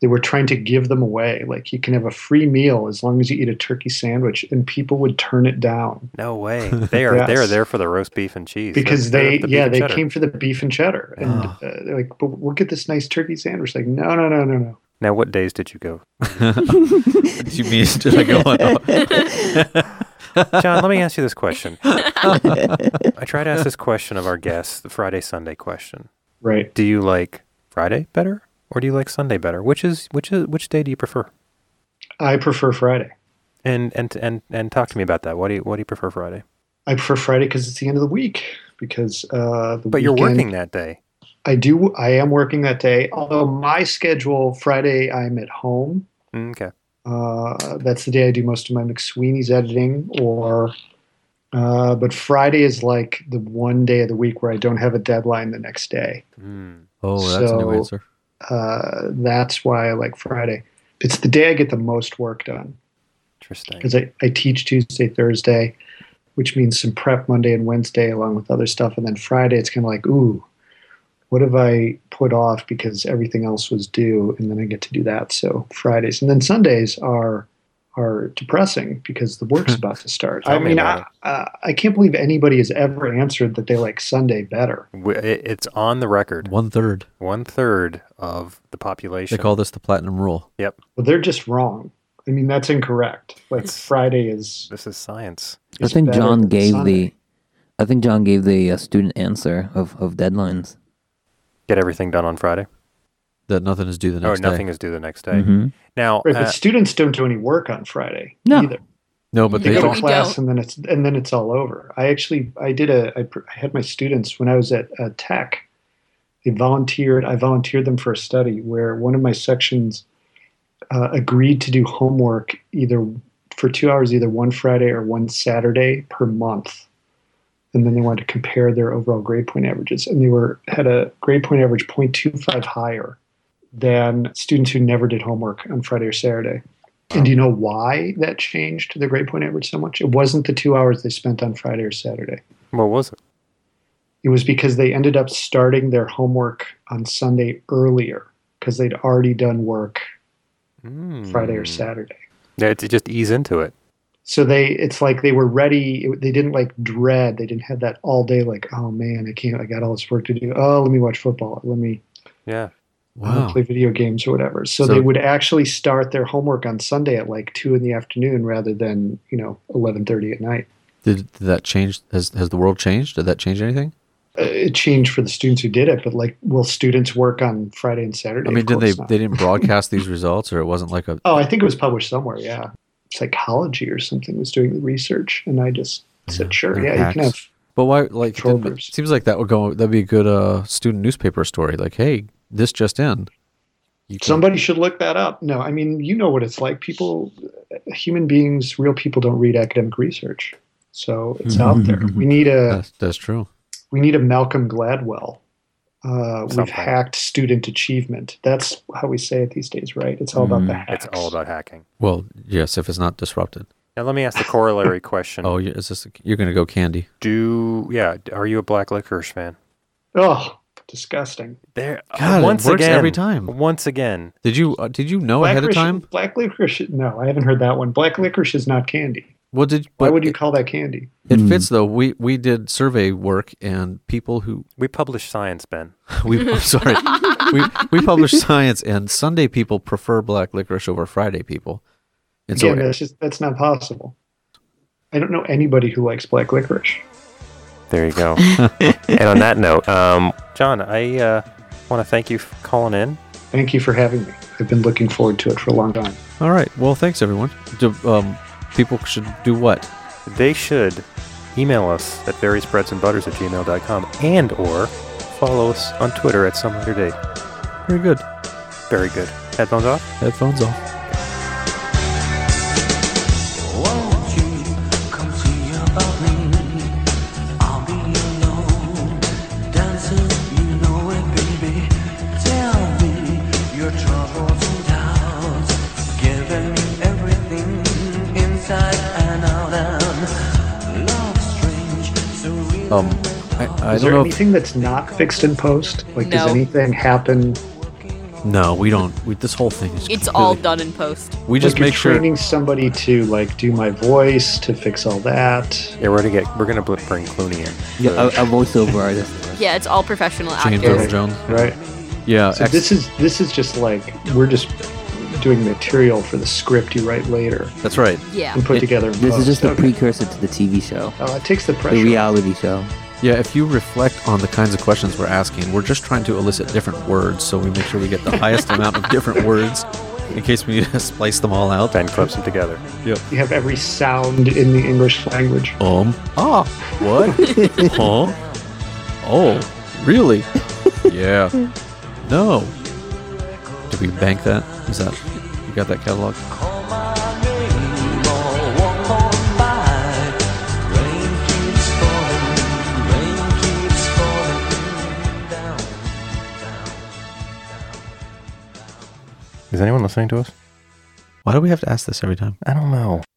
they were trying to give them away. Like you can have a free meal as long as you eat a turkey sandwich, and people would turn it down
No
[laughs]
way. They are they are
Yes.
there for the roast beef and cheese.
because
They're- they're
they,
at the beef
yeah,
and
they
cheddar. Ah.
came for the beef and cheddar, and
Oh.
uh, they're like, but we'll get this nice turkey sandwich. Like, no, no, no, no, no.
Now, what days did you go?
Do you mean, did I go
[laughs]
John, let me ask you this question. I try to ask this question of our guests, the Friday Sunday question.
Right.
Do you like Friday better or do you like Sunday better? Which is which is which day do you prefer?
I prefer Friday.
And and and and talk to me about that. What do you what do you prefer Friday?
I prefer Friday because it's the end of the week. Because uh, the
But you're
weekend-
working that day.
I do. I am working that day. Although my schedule Friday, I'm at home.
Mm, Okay.
Uh, that's the day I do most of my McSweeney's editing. Or, uh, but Friday is like the one day of the week where I don't have a deadline the next day.
Mm.
Oh, that's a new
So-
answer.
Uh, that's why I like Friday. It's the day I get the most work done
Interesting.
because I, I teach Tuesday, Thursday, which means some prep Monday and Wednesday along with other stuff. And then Friday, it's kind of like, ooh, what have I put off because everything else was due? And then I get to do that. So Fridays. And then Sundays are are depressing because the work's about to start.
Tell
I
me
mean,
about
I, I, I can't believe anybody has ever answered that they like Sunday better.
We- it- It's on the record.
One third.
One third of the
They
population.
call this the platinum rule.
Well, they're just wrong. I mean, that's incorrect. Like Friday is.
this is science.
I
is
think
better
John
than
gave
Sunday.
the, I think John gave the uh, student answer of, of deadlines.
Get everything done on Friday.
That nothing is due the
Or
next
Oh, nothing
day. Mm-hmm.
is due the next day.
hmm
Now,
Right, but
uh,
students don't do any work on Friday
No.
either.
No, but
they
they
go
Yeah.
to
don't.
We
class
don't.
and then it's and then it's all over. I actually I did a I, pr- I had my students when I was at uh, Tech. They volunteered. I volunteered them for a study where one of my sections uh, agreed to do homework either for two hours, either one Friday or one Saturday per month, and then they wanted to compare their overall grade point averages, and they were had a grade point average 0.25 higher than students who never did homework on Friday or Saturday. And do you know why that changed the grade point average so much? It wasn't the two hours they spent on Friday or Saturday.
what was it?
It was because they ended up starting their homework on Sunday earlier because they'd already done work
Mm.
Friday
Hmm.
or Saturday.
Yeah, to just ease into it.
So they, it's like they were ready. It- They didn't like dread. They didn't have that all day. Like, oh man, I can't. I got all this work to do. Oh, let me watch football. Let me.
Yeah.
Wow.
play video games or whatever. So,
So-
they would actually start their homework on Sunday at like two in the afternoon rather than you know eleven thirty at night.
Did, did that change? Has has the world changed? Did that change anything?
Uh, It changed for the students who did it, but like, will students work on Friday and Saturday?
I mean,
Of
did they
course not.
they didn't broadcast these results, or it wasn't like a
Oh, I think it was published somewhere. Yeah, psychology or something was doing the research, and I just said, "Sure,
and
yeah, you can have."
hacks. But why? Like,
Control
did- but
groups.
seems like that would go. That'd be a good uh, student newspaper story. Like, hey, this just in. You can-
Somebody should look that up. No, I mean, you know what it's like. People, human beings, real people don't read academic research, so it's out there.
Mm-hmm.
We need a
That's, that's true.
we need a Malcolm Gladwell. Uh, we've
Something.
hacked student achievement. That's how we say it these days, right? It's all about the
Mm-hmm.
hacks.
It's all about hacking.
Well, yes, if it's not disrupted.
Now let me ask the [coughs] corollary question.
Oh, you- is this? You're going to go candy?
Do yeah, are you a black licorice fan?
Oh, disgusting.
There uh,
God, it
once
works
again
every time.
Once again.
Did you uh, did you know ahead of
licorice-
time?
Black licorice. No, I haven't heard that one. Black licorice is not candy.
Well, did
Why
but
would you
it-
call that candy?
It fits though. We we did survey work and people who [laughs]
We publish science, Ben.
we I'm sorry we we published science and Sunday people prefer black licorice over Friday people. And so
Again, that's just that's not possible. I don't know anybody who likes black licorice.
There you
[laughs]
go. and on that note, um, John, I uh, want to thank you for calling in.
Thank you for having me. I've been looking forward to it for a long time.
all right. Well, thanks everyone. Do, um, people should do what?
They should email us at various at gmail.com and or follow us on Twitter at some later date.
Very good.
Very good. Headphones off?
Headphones off.
Won't you come see about me? I'll be alone, dancing, you know it, baby. Tell me your troubles and doubts, giving me everything inside and out. And love strange, surreal.
Um, I, I
Is
don't
there
know.
anything that's not fixed in post? Like, does
No.
anything happen?
If, no, we don't. We, this whole thing is.
It's
completely-
all done in post.
We just
like you're
make sure.
training somebody to like do my voice to fix all that.
Yeah, we're gonna get we're gonna bl- bring Clooney in.
Yeah, a, a voiceover artist.
Yeah, it's all professional
James
actors.
Earl Jones.
Right.
Yeah.
So
ex-
this is this is just like we're just doing material for the script you write later
that's right.
Yeah.
and put together. in
This is
post.
just a
Oh, Okay.
precursor to the TV show,
Oh, it takes the
the
pressure.
reality show.
Yeah, if you reflect on the kinds of questions we're asking, we're just trying to elicit different words, so we make sure we get the [laughs] highest amount of different words in case we [laughs] need to splice them all out.
Ben clips them together.
You have every sound in the English language.
Um, ah, what? [laughs] huh? Oh, really? [laughs] Yeah. No. Did we bank that? Is that, you got that catalog?
Call my name or walk on by. Rain keeps falling, rain keeps falling down, down.
Is anyone listening to us?
Why do we have to ask this every time?
I don't know.